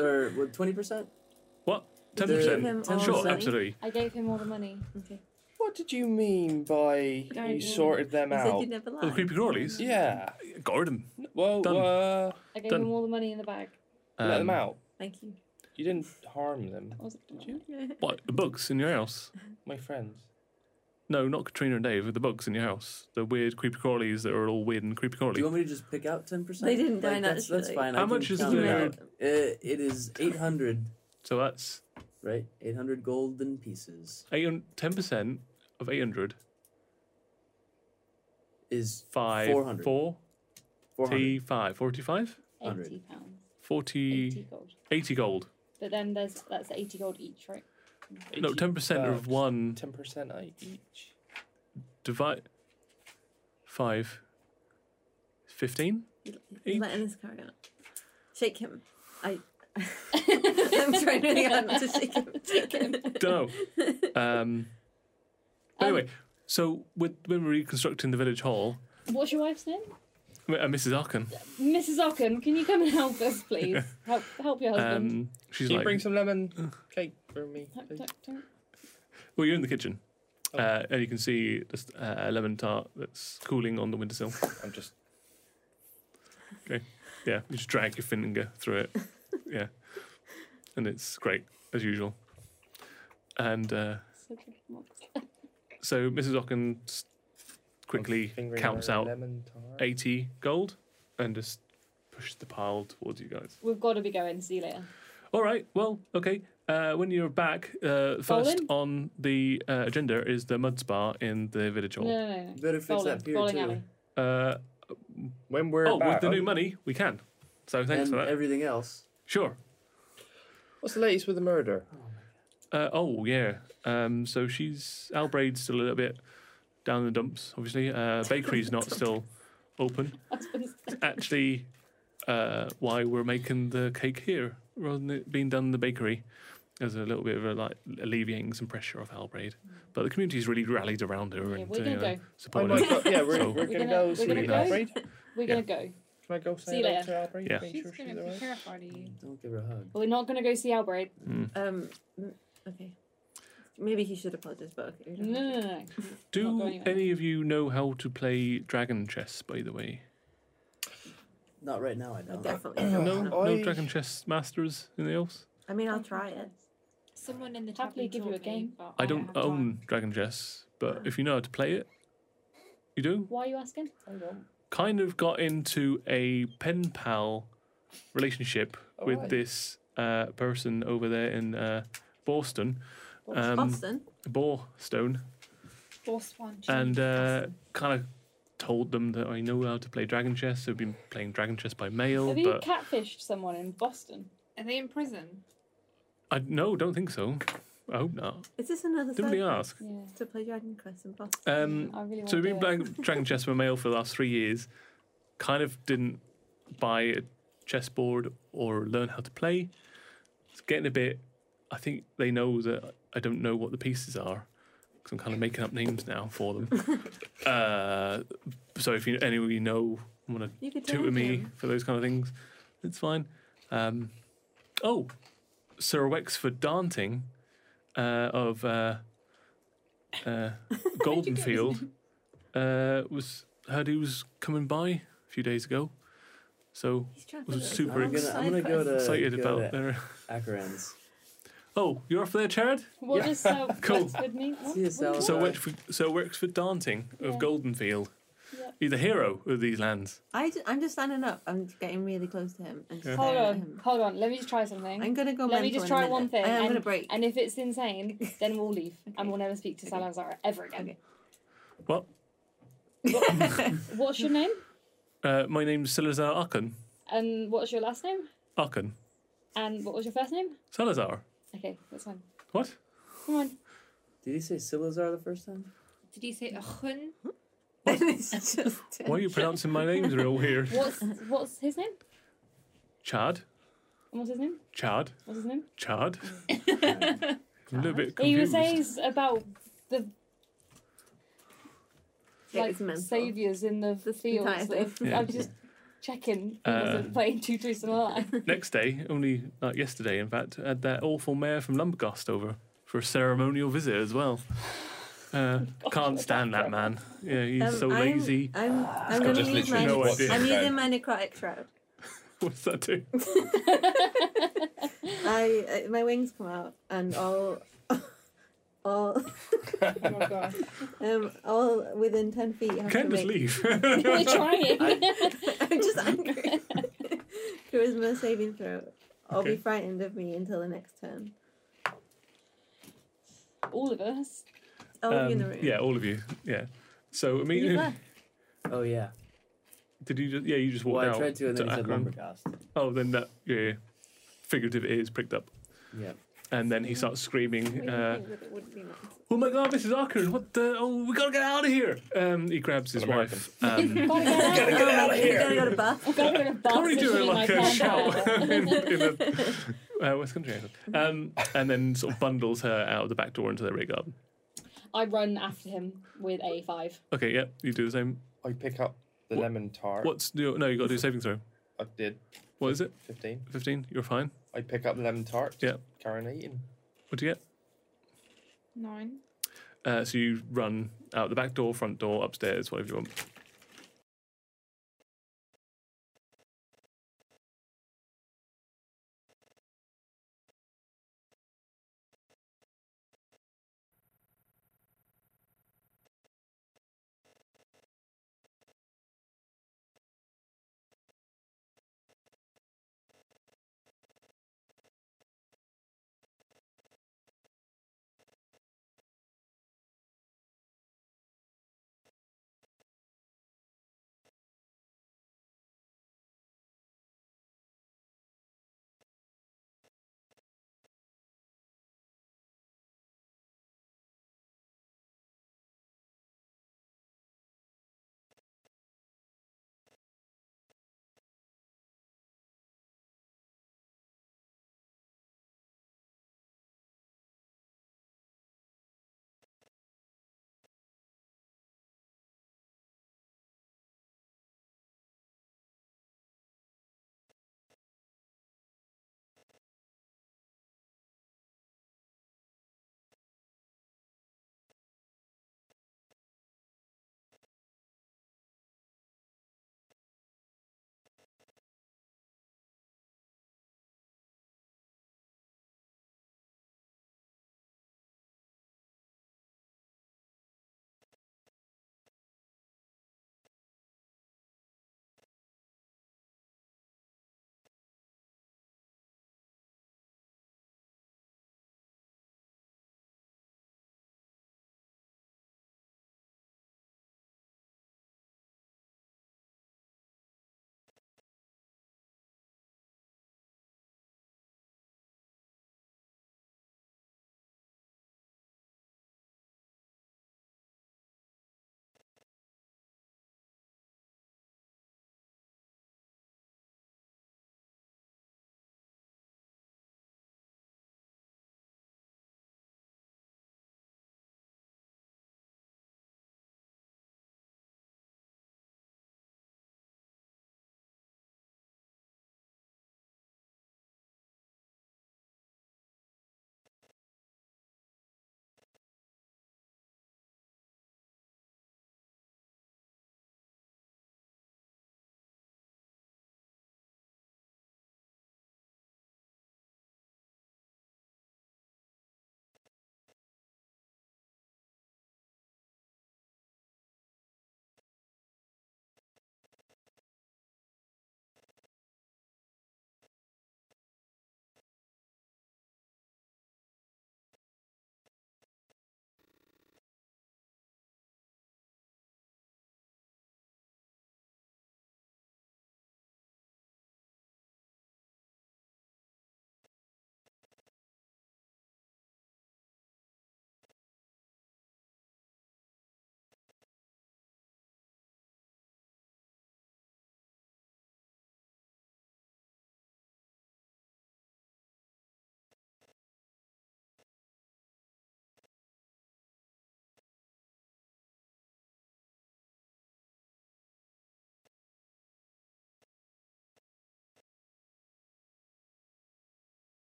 S1: or what twenty percent?
S2: What? Ten
S1: Give
S2: percent.
S4: him all
S2: Sure,
S4: the money.
S2: absolutely.
S7: I gave him all the money.
S4: Okay.
S3: What? What did you mean by
S4: Don't
S3: you
S4: you-
S3: sorted them
S4: You said
S3: out?
S4: you'd never
S2: Oh, the
S4: lie.
S2: creepy crawlies.
S3: Yeah.
S2: Gored them.
S3: Well,
S2: Done.
S3: uh,
S7: I gave
S2: Done.
S7: him all the money in the bag.
S3: let them
S2: Um,
S3: out.
S4: Thank you.
S3: You didn't harm them,
S7: I was like,
S3: did you?
S2: What? The bugs in your house?
S3: My friends.
S2: No, not Katrina and Dave. The bugs in your house. The weird creepy crawlies that are all weird and creepy
S1: Do you
S2: crawly.
S1: want me to just pick out ten percent?
S4: They didn't die
S1: That's, that's
S4: naturally.
S1: fine. I
S2: How
S1: can
S2: much is
S1: count it
S2: the-
S1: out. Uh, it is eight hundred,
S2: So that's
S1: right? Eight hundred golden pieces
S2: ten percent of eight hundred.
S1: is
S2: Five.
S1: 400.
S2: Four.
S1: four hundred.
S2: T5. Forty-five.
S7: 80 pounds.
S2: 40.
S7: 80 gold.
S2: 80 gold.
S7: But then there's that's 80 gold each, right?
S2: No, 10% of one
S3: Ten percent each.
S2: divide. Five. Fifteen?
S4: You're letting this carry on. Shake him. I. <laughs> I'm trying really hard not to shake him. Shake him.
S2: Dunno. Um, but anyway, so with, when we're reconstructing the village hall,
S7: What's your wife's name?
S2: uh, Mrs. Arkin,
S7: Mrs. Ocken, can you come and help us, please?
S2: <laughs>
S7: help, help your husband.
S2: um, she's
S3: Can you
S2: like,
S3: bring some lemon cake for me?
S7: Tuck,
S3: please?
S7: tuck, tuck.
S2: well, you're in the kitchen. Uh, and you can see just uh, a lemon tart that's cooling on the windowsill.
S3: I'm just.
S2: Yeah, you just drag your finger through it. Yeah. And it's great, as usual. And uh,
S7: So good.
S2: so Mrs. Ocken s- quickly
S3: fingering
S2: counts
S3: her
S2: out
S3: Lemon tart.
S2: 80 gold and just pushes the pile towards you guys.
S7: We've got to be going. See you later.
S2: All right. Well, okay. Uh, when you're back, uh, first
S7: Bowling?
S2: on the uh, agenda is the mud spa in the village
S7: No,
S2: hall.
S7: no, no. no.
S1: Better fix
S7: Bowling,
S1: that pier
S7: bowling
S1: too,
S7: <laughs> alley.
S2: Uh,
S3: When we're
S2: oh, with
S3: back-
S2: the new money, we can. So thanks
S1: and
S2: for that.
S1: everything else.
S2: sure.
S3: What's the latest with the murder?
S2: Uh, oh yeah. Um, so she's Albraid's still a little bit down in the dumps. Obviously,
S7: <laughs>
S2: uh, bakery's not still open.
S7: Husband's
S2: It's actually uh, why we're making the cake here rather than it being done in the bakery. There's a little bit of a, like alleviating some pressure off Albraid, but the community's really rallied around her
S7: Yeah,
S2: and
S7: we're
S2: uh,
S7: gonna
S2: you know,
S7: go.
S3: Oh
S2: supported
S3: my
S2: her.
S3: god, yeah, we're,
S2: So-
S3: we're,
S7: We're
S3: gonna,
S7: gonna-
S3: go
S7: we're
S3: see
S7: gonna
S3: Alfred.
S7: go.
S2: Yeah.
S7: We're going to go.
S3: Can I go
S7: See
S3: say
S7: you
S3: hello
S7: later.
S3: to Alfred?
S2: Yeah.
S3: Make
S5: She's
S3: sure she's
S5: gonna be
S3: alright.
S5: terrified of you.
S1: Don't give her a hug.
S7: But we're not going to go see Albright.
S4: Um. mm, Okay. Maybe he should apologize, but okay. we don't
S7: No,
S4: have
S7: no, no, no. Not going
S2: Do
S7: anywhere.
S2: any of you know how to play dragon chess? By the way,
S1: Not right now. I
S4: to. I
S1: don't.
S4: definitely
S2: <clears throat>
S4: don't
S7: Uh,
S2: no,
S4: know.
S2: no
S3: I-
S2: dragon chess masters in the elves.
S4: I mean, I'll try it.
S5: Someone in the
S7: Happily
S5: tavern
S7: give you a
S5: taught me,
S7: game.
S5: but
S2: I don't
S5: have time.
S2: own dragon chess, but if you know how to play it, you do.
S7: Why are you asking?
S2: Oh, Kind of got into a pen pal relationship with
S3: Alright.
S2: this uh, person over there in uh, Boston, um,
S4: Boston.
S2: Borstone,
S5: Force one.
S2: and uh, kind of told them that I know how to play dragon chess. So I've been playing dragon chess by mail,
S7: Have you
S2: but
S7: catfished someone in Boston?
S5: Are they in prison?
S2: I no, don't think so. I hope not.
S4: Is this another
S2: Didn't
S4: side
S2: we ask?
S7: Yeah.
S4: quest to play Dragon Quest in Boston?
S2: Um,
S7: I really want
S2: So we've
S7: to do
S2: been
S7: it.
S2: playing Dragon Chess by Mail for the last three years. Kind of didn't buy a chessboard or learn how to play. It's getting a bit. I think they know that I don't know what the pieces are because I'm kind of making up names now for them. uh, so if you, any of you know, want
S4: You could
S2: to tutor
S4: tell
S2: me
S4: him.
S2: for those kind of things, it's fine. Um, oh, Sir Wexford Danting uh, of
S7: <laughs>
S2: uh, uh, Goldenfield uh, was heard he was coming by a few days ago, so
S4: He's trying to
S2: was
S4: figure out
S2: super
S4: his
S1: I'm
S2: ex-
S1: gonna,
S4: side
S1: I'm gonna go
S4: quest.
S1: to,
S2: excited
S1: go
S2: about
S1: to
S2: their.
S1: Acheron's.
S2: Oh, you're off there, Jared.
S7: What
S3: Yeah.
S7: does uh,
S2: <laughs> Cool.
S7: Wexford mean? What?
S1: See you,
S7: What
S1: Sal.
S7: do
S2: So
S1: Right.
S2: works for, so works for Danting of
S7: Yeah.
S2: Goldenfield.
S7: Yeah.
S2: He's the hero of these lands.
S4: I ju- I'm just standing up. I'm just getting really close to him and just
S2: Yeah.
S7: Hold
S4: staring at
S7: on,
S4: him.
S7: hold on. Let me just try something.
S4: I'm gonna go.
S7: Let me
S4: mental
S7: just
S4: in a
S7: try one
S4: minute.
S7: thing.
S4: I am
S7: and,
S4: gonna break.
S7: And if it's insane, then we'll
S4: <laughs>
S7: leave
S4: Okay.
S7: and we'll never speak to
S4: Okay.
S7: Salazar ever again.
S4: Okay.
S2: What?
S4: <laughs>
S7: What's your name?
S2: Uh, my name's Salazar Arkan.
S7: And what's your last name?
S2: Arkan.
S7: And what was your first name?
S2: Salazar.
S7: Okay, that's fine.
S2: What?
S7: Come on.
S1: Did he say Silazar the first time?
S5: Did he say
S2: <laughs>
S5: a hun?
S4: it's just
S2: Why are you pronouncing my names real weird?
S7: What's what's his name?
S2: Chad.
S7: And what's his name?
S2: Chad.
S7: What's his name?
S2: Chad. I'm a little bit
S7: He was
S2: confused.
S7: says about
S4: It
S7: like
S4: was mental.
S7: saviors in the
S4: This
S7: fields.
S4: entire
S7: that-
S4: thing.
S2: Yeah.
S7: I'm just checking. He
S2: Uh,
S7: wasn't playing two truths and a lie.
S2: Next day, only like yesterday, in fact, had that awful mayor from Lumbergast over for a ceremonial visit as well.
S4: <laughs>
S2: Uh, can't stand that man. Yeah, he's
S4: Um,
S2: so
S4: I'm-
S2: lazy. <laughs>
S4: I'm,
S1: Ah,
S4: I'm going
S9: got
S4: to
S9: just
S4: use my.
S9: literally
S2: No
S9: watch
S2: idea.
S9: it
S4: I'm
S2: <laughs>
S9: go.
S4: using my necrotic
S7: <laughs>
S4: shroud.
S2: What's that do?
S4: I uh, my wings come out and all, <laughs> all,
S5: Oh my god.
S4: <laughs> um, all within ten feet. Have
S2: Can
S4: to
S2: just
S4: make. <laughs>
S2: leave. <laughs>
S7: Really trying.
S4: I'm just <laughs> angry. Charisma saving throw. I'll
S2: Okay.
S4: be frightened of me until the next turn.
S7: All of us.
S4: Oh, you in the
S2: Um,
S4: room.
S2: yeah, all of you. Yeah. So I
S4: You
S2: mean,
S4: left.
S1: Oh yeah.
S2: <laughs> did you just? Yeah, you just
S1: Well,
S2: walked
S1: I
S2: out.
S1: tried to, and then he said
S2: Akron.
S1: lumbergast.
S2: Oh, then that yeah, yeah. figurative ears pricked up,
S1: Yeah.
S2: and then he starts screaming. Uh,
S4: it would be nice.
S2: oh my god, Mrs. Akron, what the? Oh, we gotta get out of here! Um, he grabs his
S9: An American.
S2: wife. <laughs> Um,
S7: Gotta get out.
S4: Oh, my- we gotta go to bath.
S7: I've got to go to the bathroom
S2: Probably
S7: to
S2: doing
S7: do my
S2: like a
S7: pants
S2: shout <laughs>
S7: out.
S2: in, in a, <laughs> uh, West Country accent. Um, and then sort of bundles her out the back door into the rear garden.
S7: I run after him with a five.
S2: Okay, yeah, you do the same.
S3: I pick up the
S2: What-
S3: lemon tart.
S2: What's your, no? You got to do a saving throw.
S3: I did
S2: What is it?
S3: fifteen.
S2: Fifteen. You're fine.
S3: I pick up the lemon tart.
S2: Yeah.
S3: Karen eating.
S2: What do you get?
S5: Nine.
S2: Uh, so you run out the back door, front door, upstairs, whatever you want.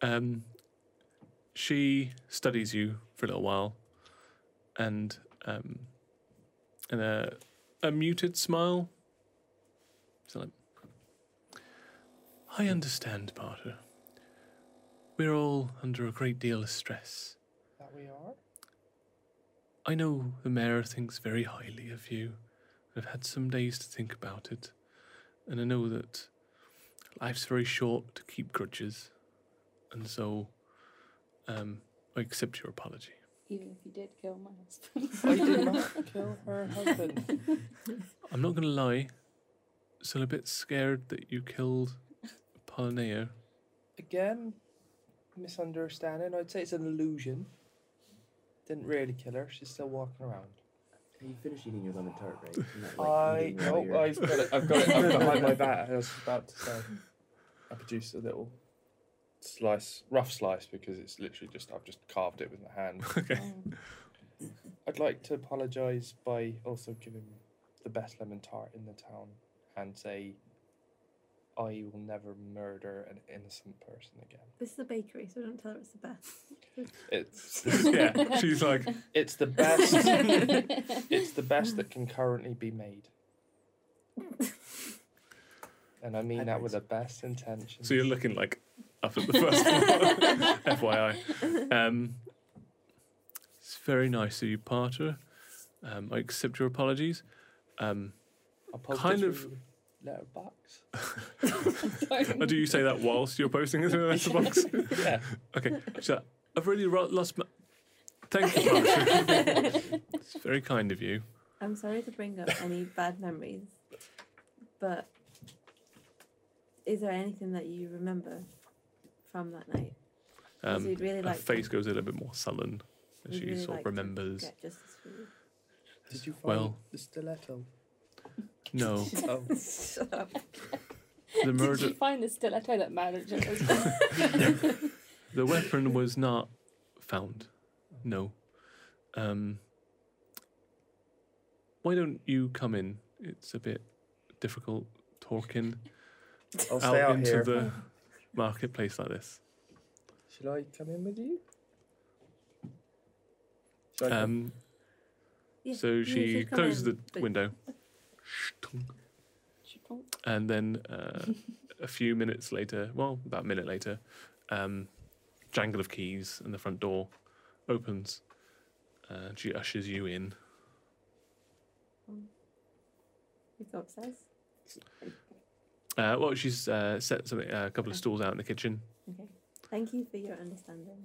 S2: Um, she studies you for a little while, and um, and a, a muted smile. So like, I understand, Barter. We're all under a great deal of stress.
S3: That we are.
S2: I know the mayor thinks very highly of you. I've had some days to think about it, and I know that life's very short to keep grudges, and so um, I accept your apology.
S7: Even if you did kill my husband. <laughs>
S3: I did not kill her husband.
S2: I'm not going to lie, still a bit scared that you killed Poloneo.
S3: Again, misunderstanding. I'd say it's an illusion. Didn't really kill her. She's still walking around.
S1: You finish eating your lemon tart, right? You're not,
S3: I
S1: eating while
S3: no,
S1: you're-
S3: I've got it. I've got it. I've got it behind my back. I was about to say. I produced a little slice, rough slice, because it's literally just I've just carved it with my hand.
S2: Okay.
S3: I'd like to apologise by also giving the best lemon tart in the town and say I will never murder an innocent person again.
S4: This is a bakery, so don't tell her it's the best.
S2: <laughs>
S3: It's
S2: yeah, she's like,
S3: it's the best it's the best that can currently be made. And I mean that with the best intention.
S2: so you're looking like up at the first floor, <laughs> FYI. Um, it's very nice of you, Parter. Um, I accept your apologies. Um, kind of-
S3: letterbox.
S2: Uh, do you say that whilst you're posting it in the
S4: <laughs>
S2: letterbox?
S3: Yeah.
S2: okay. So I've really ro- lost my. Thank you, <laughs>
S4: <laughs>
S2: Marcia. It's very kind of you.
S4: I'm sorry to bring up any bad memories, but is there anything that you remember from that night? 'Cause
S2: Um,
S4: you'd really
S2: her
S4: like to
S2: face goes a little bit more sullen as
S4: You'd
S2: she
S4: really
S2: sort
S4: like
S2: of
S4: to
S2: remembers.
S4: get justice for you.
S3: Did you find
S2: Well-
S3: the stiletto?
S2: No,
S3: Oh,
S4: Shut up.
S2: the
S7: Did
S2: murder,
S7: you find the stiletto that murdered
S2: <laughs>
S7: your husband?
S2: the weapon was not found. No. Um, why don't you come in? It's a bit difficult talking
S3: <laughs> I'll
S2: out,
S3: stay out
S2: into
S3: here.
S2: the marketplace like
S4: <laughs>
S2: this.
S3: Shall I come in with you? Shall I come-
S2: Um,
S4: Yeah,
S2: so
S4: you
S2: she
S4: should come
S2: closes
S4: in,
S2: the
S4: but- <laughs>
S2: window, and then uh, a few minutes later, well, about a minute later, um, jangle of keys, and the front door opens. Uh, she ushers you in.
S4: You go upstairs.
S2: Uh, well, she's uh, set something, uh, a couple of
S4: Okay.
S2: stools out in the kitchen.
S4: Okay. Thank you for your understanding.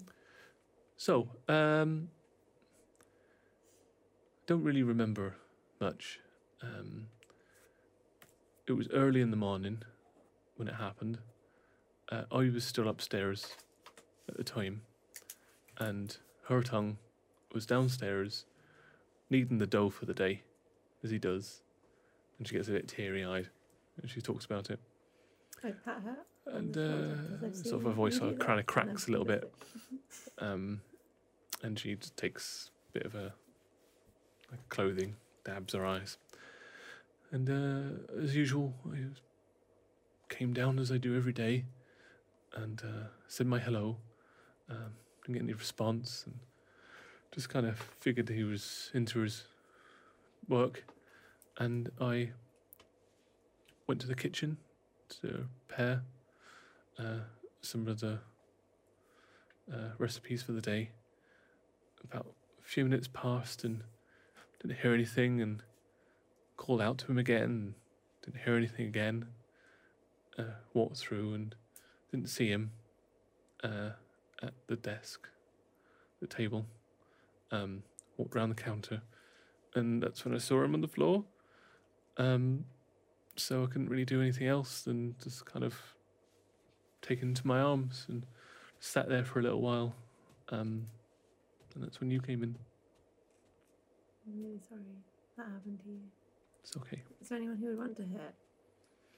S2: So, um, don't really remember much. Um, it was early in the morning when it happened. Uh, I was still upstairs at the time, and her tongue was downstairs, kneading the dough for the day, as he does. And she gets a bit teary eyed, and she talks about it.
S4: I pat her. on
S2: And
S4: the
S2: uh,
S4: shoulder 'cause I've
S2: sort of
S4: seen
S2: her voice
S4: you do
S2: kind
S4: that,
S2: of
S4: and
S2: cracks a
S4: I've
S2: little bit
S4: noticed it.
S2: um, and she just takes a bit of a like clothing, dabs her eyes, and uh, as usual, I just came down as I do every day, and uh, said my hello. Um, didn't get any response, and just kind of figured he was into his work, and I went to the kitchen to prepare uh, some of the uh, recipes for the day. About a few minutes passed and didn't hear anything, and called out to him again, didn't hear anything again. Uh, walked through and didn't see him uh, at the desk, the table. Um, walked round the counter, and that's when I saw him on the floor. Um, so I couldn't really do anything else than just kind of take him into my arms and sat there for a little while, um, and that's when you came in.
S4: I'm really sorry that happened to you.
S2: It's okay.
S4: Is there anyone who would want to hurt?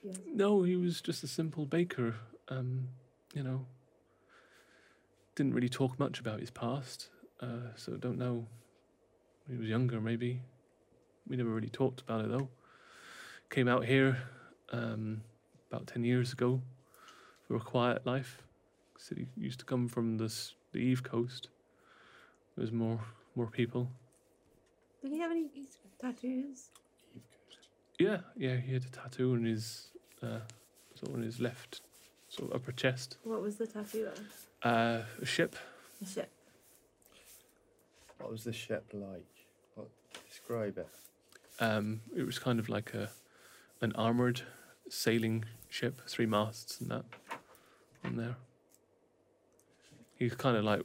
S4: Yes.
S2: No, he was just a simple baker. Um, you know, didn't really talk much about his past, uh, so don't know. When he was younger, maybe. We never really talked about it though. Came out here um, about ten years ago for a quiet life. city used to come from this, the Eve Coast. There's more more people.
S4: Did he have any tattoos?
S2: Yeah, yeah, he had a tattoo on his uh, sort of on his left sort of upper chest.
S4: What was the tattoo on?
S2: Uh, a ship.
S4: A ship.
S3: What was the ship like? What, describe it.
S2: Um, it was kind of like a an armored sailing ship, three masts and that on there. He kind of like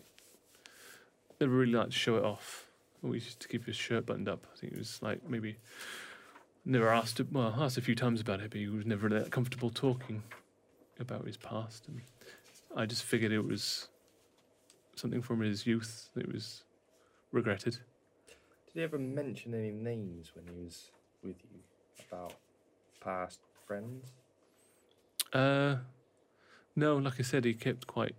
S2: never really liked to show it off. Always used to keep his shirt buttoned up. I think he was like maybe never asked it- well asked a few times about it, but he was never that comfortable talking about his past. And I just figured it was something from his youth that was regretted.
S3: Did he ever mention any names when he was with you about past friends?
S2: Uh, no, like I said, he kept quite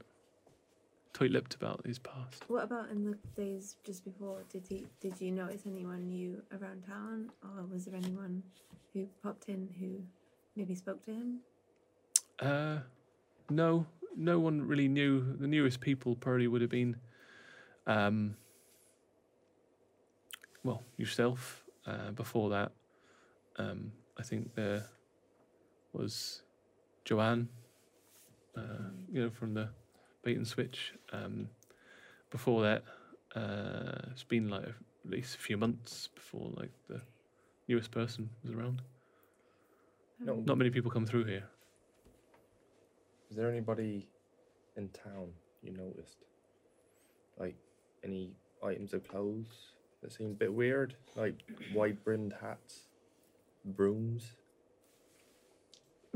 S2: tight-lipped about his past.
S4: What about in the days just before? Did he? Did you notice anyone new around town, or was there anyone who popped in who maybe spoke to him?
S2: Uh, no, no one really knew. The nearest people probably would have been, um, well, yourself. Uh, before that, um, I think there was Joanne. Uh, you know, from the bait and switch. Um, before that, uh, it's been like at least a few months before like the newest person was around.
S3: No.
S2: Not many people come through here.
S3: Was there anybody in town you noticed? Like any items of clothes that seemed a bit weird? Like wide brimmed hats, brooms?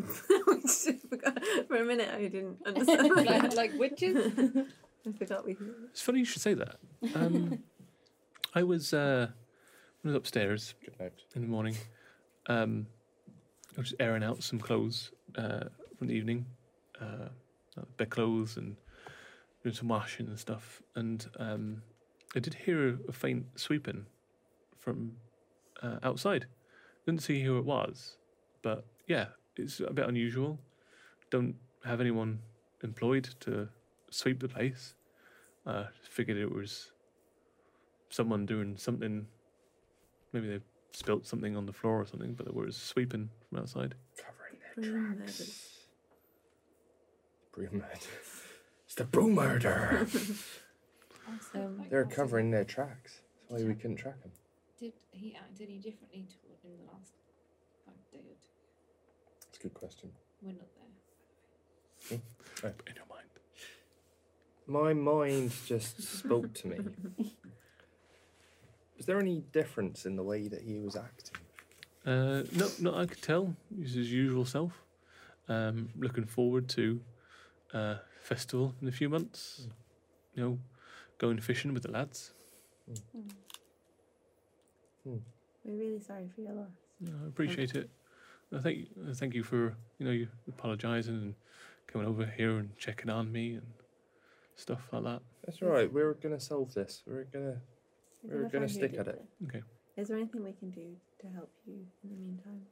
S4: I just forgot. For a minute, I didn't understand.
S7: like, like witches?
S4: I forgot we.
S2: It's funny you should say that. Um, <laughs> I was uh, when I was upstairs
S3: Good night.
S2: in the morning. Um, I was just airing out some clothes uh, from the evening, uh, like bedclothes and doing some washing and stuff. And um, I did hear a faint sweeping from uh, outside. Didn't see who it was, but yeah, it's a bit unusual. Don't have anyone employed to sweep the place. Uh, figured it was someone doing something. Maybe they spilt something on the floor or something, but there was sweeping from outside.
S3: Covering their
S4: Broom
S3: tracks. Broom murder. It's the broom murder.
S4: Um,
S3: They're covering their tracks. That's why we couldn't track them.
S5: Did he act any differently toward him the last time they did?
S3: That's a good question.
S5: We're not there.
S2: In your mind.
S3: My mind just spoke to me. <laughs> Was there any difference in the way that he was acting?
S2: Uh, no, no, I could tell. He's his usual self. Um, looking forward to uh, festival in a few months. You know, going fishing with the lads.
S4: we're really sorry for your loss.
S2: Yeah, I appreciate it. I thank I thank you for you know you apologising and coming over here and checking on me and stuff like that.
S3: That's all right. We're gonna solve this. We're gonna.
S4: We're
S3: We're
S4: gonna
S3: gonna
S4: find who
S3: stick
S4: did
S3: at it.
S4: this.
S2: Okay.
S4: Is there anything we can do to help you in the meantime?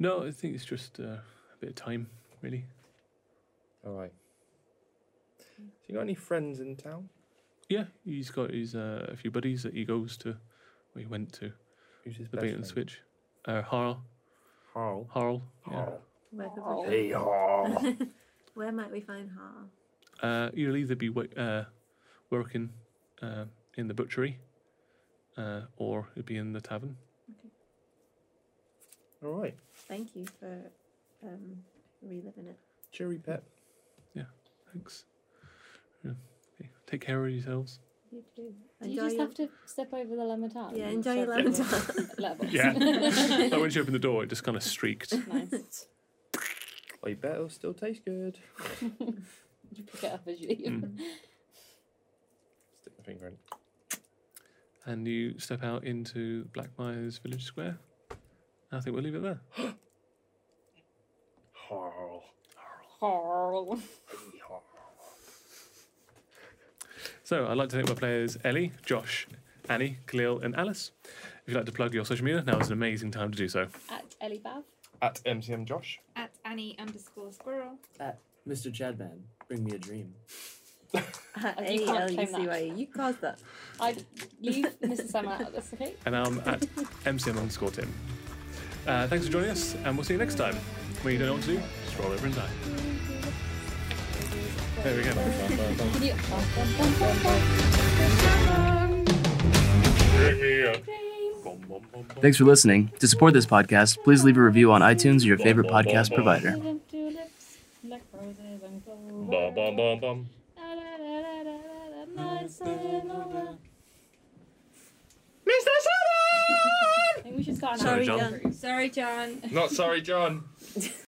S2: No, I think it's just uh, a bit of time, really.
S3: All right. So you got any friends in town?
S2: Yeah, he's got his uh, a few buddies that he goes to. Well, he went to
S3: Who's his
S2: the
S3: best
S2: bait and
S3: friend?
S2: switch. Uh, Harl,
S3: Harl.
S2: Harl. Yeah.
S3: Harl.
S4: Where could
S7: Oh.
S4: we <laughs>
S3: Hey Harl.
S4: Where might we find Har?
S2: Uh, he'll either be wo- uh, working uh, in the butchery, uh, or he'll be in the tavern.
S3: all right.
S4: Thank you for um, reliving it.
S3: Cherry Pep.
S2: Thanks. Yeah. Okay. Take care of yourselves.
S4: You too.
S7: Do you
S4: Enjoy
S7: just
S4: your-
S7: have to step over the lemon tart?
S4: Yeah,
S7: <laughs> and
S4: enjoy your
S7: step
S4: lemon
S7: over
S4: tart.
S7: the
S2: <laughs>
S7: letterbox?
S2: Yeah. when she opened the door, it just kind of streaked.
S7: <laughs> nice.
S3: I bet it'll Oh, still taste good.
S7: You pick it up as you leave.
S2: Mm.
S3: Stick my finger in.
S2: And you step out into Blackmire's village square. I think we'll leave it there.
S3: Harl.
S9: Mm.
S7: Carl.
S3: Hey Harl.
S2: So I'd like to thank my players Ellie, Josh, Annie, Khalil, and Alice. If you'd like to plug your social media, now is an amazing time to do so.
S7: <laughs> At Ellie Bav.
S10: At MCM Josh.
S5: At Annie underscore squirrel.
S1: At Mr. Chadman, bring me a dream.
S4: <laughs> At
S7: You can't claim that.
S4: A-L-U-C-Y. You caused that.
S7: I leave Mrs. Sam out of this, okay?
S2: And I'm at <laughs> MCM underscore Tim. Uh, thanks for joining us, and we'll see you next time. When you don't know what to do, just roll over and die. There we go.
S7: Can you-
S11: Thanks for listening. To support this podcast, please leave a review on iTunes or your favorite podcast provider.
S7: President tulips, black roses and gold.
S9: Bum, bum, bum, bum.
S7: Da, da, da, da, da, da, da, nights and over. I think we should start an
S2: Sorry,
S7: outro.
S2: John.
S4: Sorry, John.
S9: Not sorry, John.